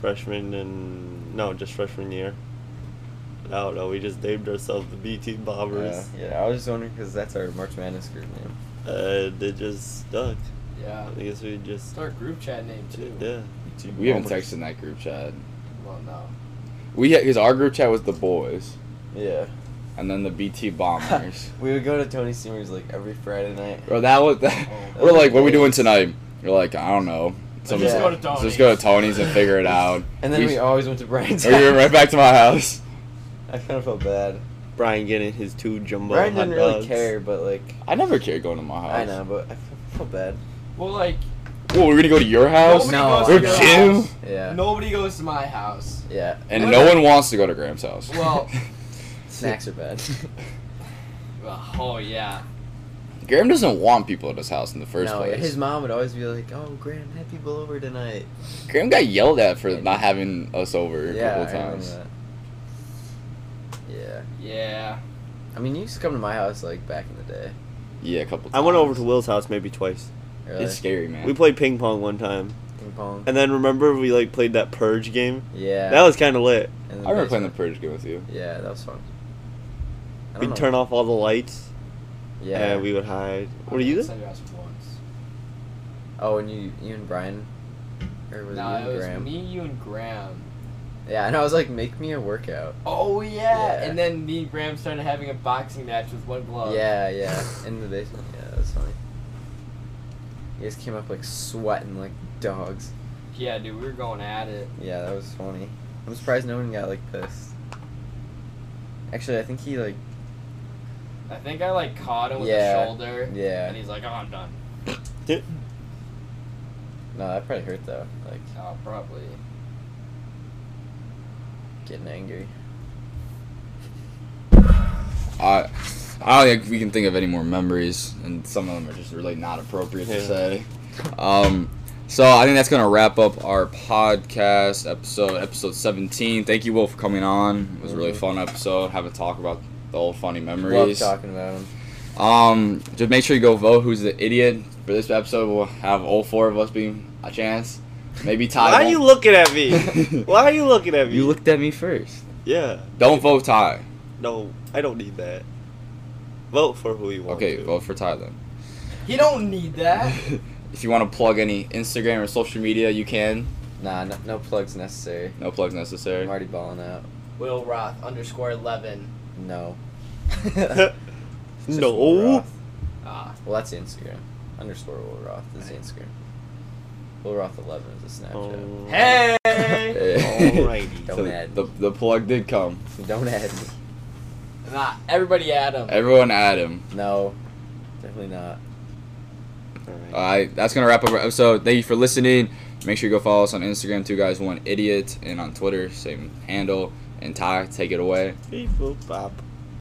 [SPEAKER 4] freshman and no, just freshman year. I don't know. We just named ourselves the BT
[SPEAKER 3] yeah,
[SPEAKER 4] Bombers,
[SPEAKER 3] Uh, yeah I was just wondering because that's our March Madness group name
[SPEAKER 4] and it just stuck.
[SPEAKER 1] Yeah.
[SPEAKER 4] I guess we just
[SPEAKER 1] It's our group chat name too.
[SPEAKER 4] yeah.
[SPEAKER 2] We haven't texted in that group chat.
[SPEAKER 1] Well, no.
[SPEAKER 2] We because our group chat was the boys
[SPEAKER 3] yeah
[SPEAKER 2] and then the BT
[SPEAKER 3] <laughs>
[SPEAKER 2] bombers.
[SPEAKER 3] we would go to Tony Seymour's like every Friday night
[SPEAKER 2] Bro, that was that. <laughs>
[SPEAKER 3] Oh,
[SPEAKER 2] We're like, what are we doing tonight? You're like, I don't know. Some-
[SPEAKER 3] just go
[SPEAKER 1] to
[SPEAKER 2] let's just go to Tony's and figure it
[SPEAKER 3] <laughs>
[SPEAKER 2] out.
[SPEAKER 3] And then we, always went to Brian's.
[SPEAKER 2] we went Oh, right back to my house.
[SPEAKER 3] <laughs> I kind of felt bad.
[SPEAKER 4] Brian getting his two jumbo.
[SPEAKER 3] Brian
[SPEAKER 4] hot
[SPEAKER 3] didn't really
[SPEAKER 4] dogs.
[SPEAKER 3] care, but like
[SPEAKER 2] I never cared going to my house.
[SPEAKER 3] I know, but I <laughs> f- felt bad.
[SPEAKER 1] Well, like
[SPEAKER 2] Well, we're gonna go to your house.
[SPEAKER 1] nobody
[SPEAKER 3] No,
[SPEAKER 1] goes
[SPEAKER 2] We're
[SPEAKER 1] to your
[SPEAKER 2] Jim?
[SPEAKER 1] house.
[SPEAKER 3] Yeah.
[SPEAKER 1] Nobody goes to my house.
[SPEAKER 2] <laughs>
[SPEAKER 3] Yeah.
[SPEAKER 2] And no one wants to go to Graham's house. <laughs>
[SPEAKER 1] Well-
[SPEAKER 3] Snacks are bad.
[SPEAKER 1] Oh yeah.
[SPEAKER 2] Graham doesn't want people at his house in the first
[SPEAKER 3] no,
[SPEAKER 2] place.
[SPEAKER 3] his mom would always be like, "Oh, Graham, have people over tonight."
[SPEAKER 2] Graham got yelled at for not having us over
[SPEAKER 3] yeah.
[SPEAKER 2] a couple
[SPEAKER 3] I remember
[SPEAKER 2] times.
[SPEAKER 3] that. Yeah.
[SPEAKER 1] Yeah.
[SPEAKER 3] I mean, you used to come to my house like back in the day.
[SPEAKER 2] Yeah, a couple. times.
[SPEAKER 4] I went over to Will's house maybe twice.
[SPEAKER 3] Really?
[SPEAKER 2] It's scary, man.
[SPEAKER 4] We played ping pong one time,
[SPEAKER 3] ping pong.
[SPEAKER 4] and then remember we like played that purge game.
[SPEAKER 3] yeah.
[SPEAKER 4] That was kind of lit.
[SPEAKER 3] in
[SPEAKER 2] I remember playing the
[SPEAKER 3] basement.
[SPEAKER 2] purge game with you.
[SPEAKER 3] Yeah, that was fun. I
[SPEAKER 4] We'd
[SPEAKER 3] don't
[SPEAKER 4] turn
[SPEAKER 3] know.
[SPEAKER 4] off all the lights,
[SPEAKER 3] Yeah.
[SPEAKER 4] and we would hide.
[SPEAKER 1] I
[SPEAKER 4] Were you
[SPEAKER 1] was
[SPEAKER 4] there?
[SPEAKER 1] at your house once.
[SPEAKER 3] oh, and you, you and Brian, or was
[SPEAKER 1] Nah, it
[SPEAKER 3] it you and
[SPEAKER 1] was
[SPEAKER 3] Graham?
[SPEAKER 1] me, you, and Graham.
[SPEAKER 3] Yeah, and I was like, "Make me a workout."
[SPEAKER 1] Oh yeah.
[SPEAKER 3] Yeah.
[SPEAKER 1] And then me and Graham started having a boxing match with one glove.
[SPEAKER 3] Yeah, yeah. In the basement. Yeah, that's funny. You guys came up like sweating like dogs.
[SPEAKER 1] Yeah, dude, we were going at it.
[SPEAKER 3] Yeah, that was funny. I'm surprised no one got like pissed. Actually, I think he like
[SPEAKER 1] I think I like caught him with
[SPEAKER 3] Yeah.
[SPEAKER 1] the shoulder.
[SPEAKER 3] yeah.
[SPEAKER 1] And he's like, oh, I'm done.
[SPEAKER 3] No, that probably hurt though. Like
[SPEAKER 1] Oh, probably.
[SPEAKER 3] getting angry.
[SPEAKER 2] I, I don't think we can think of any more memories, and some of them are just really not appropriate to
[SPEAKER 4] Yeah.
[SPEAKER 2] say. Um, so I think that's gonna wrap up our podcast episode, episode 17. Thank you, Will, for coming on. It was a really
[SPEAKER 3] Mhm.
[SPEAKER 2] fun episode. Having a talk about the old funny
[SPEAKER 3] Love
[SPEAKER 2] memories.
[SPEAKER 3] talking about him.
[SPEAKER 2] Um, just make sure you go vote who's the idiot for this episode. We'll have all four of us be a chance. Maybe Ty.
[SPEAKER 4] Why are you
[SPEAKER 2] won't.
[SPEAKER 4] looking
[SPEAKER 3] <laughs>
[SPEAKER 4] at me? Why are you looking at me?
[SPEAKER 2] you looked at me first.
[SPEAKER 4] Yeah.
[SPEAKER 2] <laughs> Don't vote Ty.
[SPEAKER 4] No, I don't need that. Vote for who you want.
[SPEAKER 2] Okay,
[SPEAKER 4] to. <laughs>
[SPEAKER 2] vote for Ty then.
[SPEAKER 1] He don't need that.
[SPEAKER 2] if you want to plug any Instagram or social media, you can.
[SPEAKER 3] Nah, no, no plugs necessary.
[SPEAKER 2] No plugs
[SPEAKER 3] I'm
[SPEAKER 2] necessary. <laughs>
[SPEAKER 3] already balling out.
[SPEAKER 1] <laughs> Will Roth underscore eleven.
[SPEAKER 2] <laughs>
[SPEAKER 3] No. Just Will
[SPEAKER 4] no.
[SPEAKER 3] Roth. <laughs>
[SPEAKER 1] Ah,
[SPEAKER 3] Well, that's Instagram. Underscore Will Roth is Instagram. Will Roth 11 is a Snapchat.
[SPEAKER 4] Oh.
[SPEAKER 1] hey,
[SPEAKER 4] Alrighty.
[SPEAKER 2] So
[SPEAKER 3] Don't add
[SPEAKER 2] the,
[SPEAKER 3] me.
[SPEAKER 2] the plug did come.
[SPEAKER 3] Don't add me.
[SPEAKER 1] nah, everybody add him.
[SPEAKER 2] Everyone add him.
[SPEAKER 3] No. Definitely not.
[SPEAKER 4] Alright.
[SPEAKER 2] All right, that's gonna wrap up our episode. Thank you for listening. Make sure you go follow us on Instagram, two guys, one idiot, and on Twitter, same handle. And Ty, take it away.
[SPEAKER 4] People pop.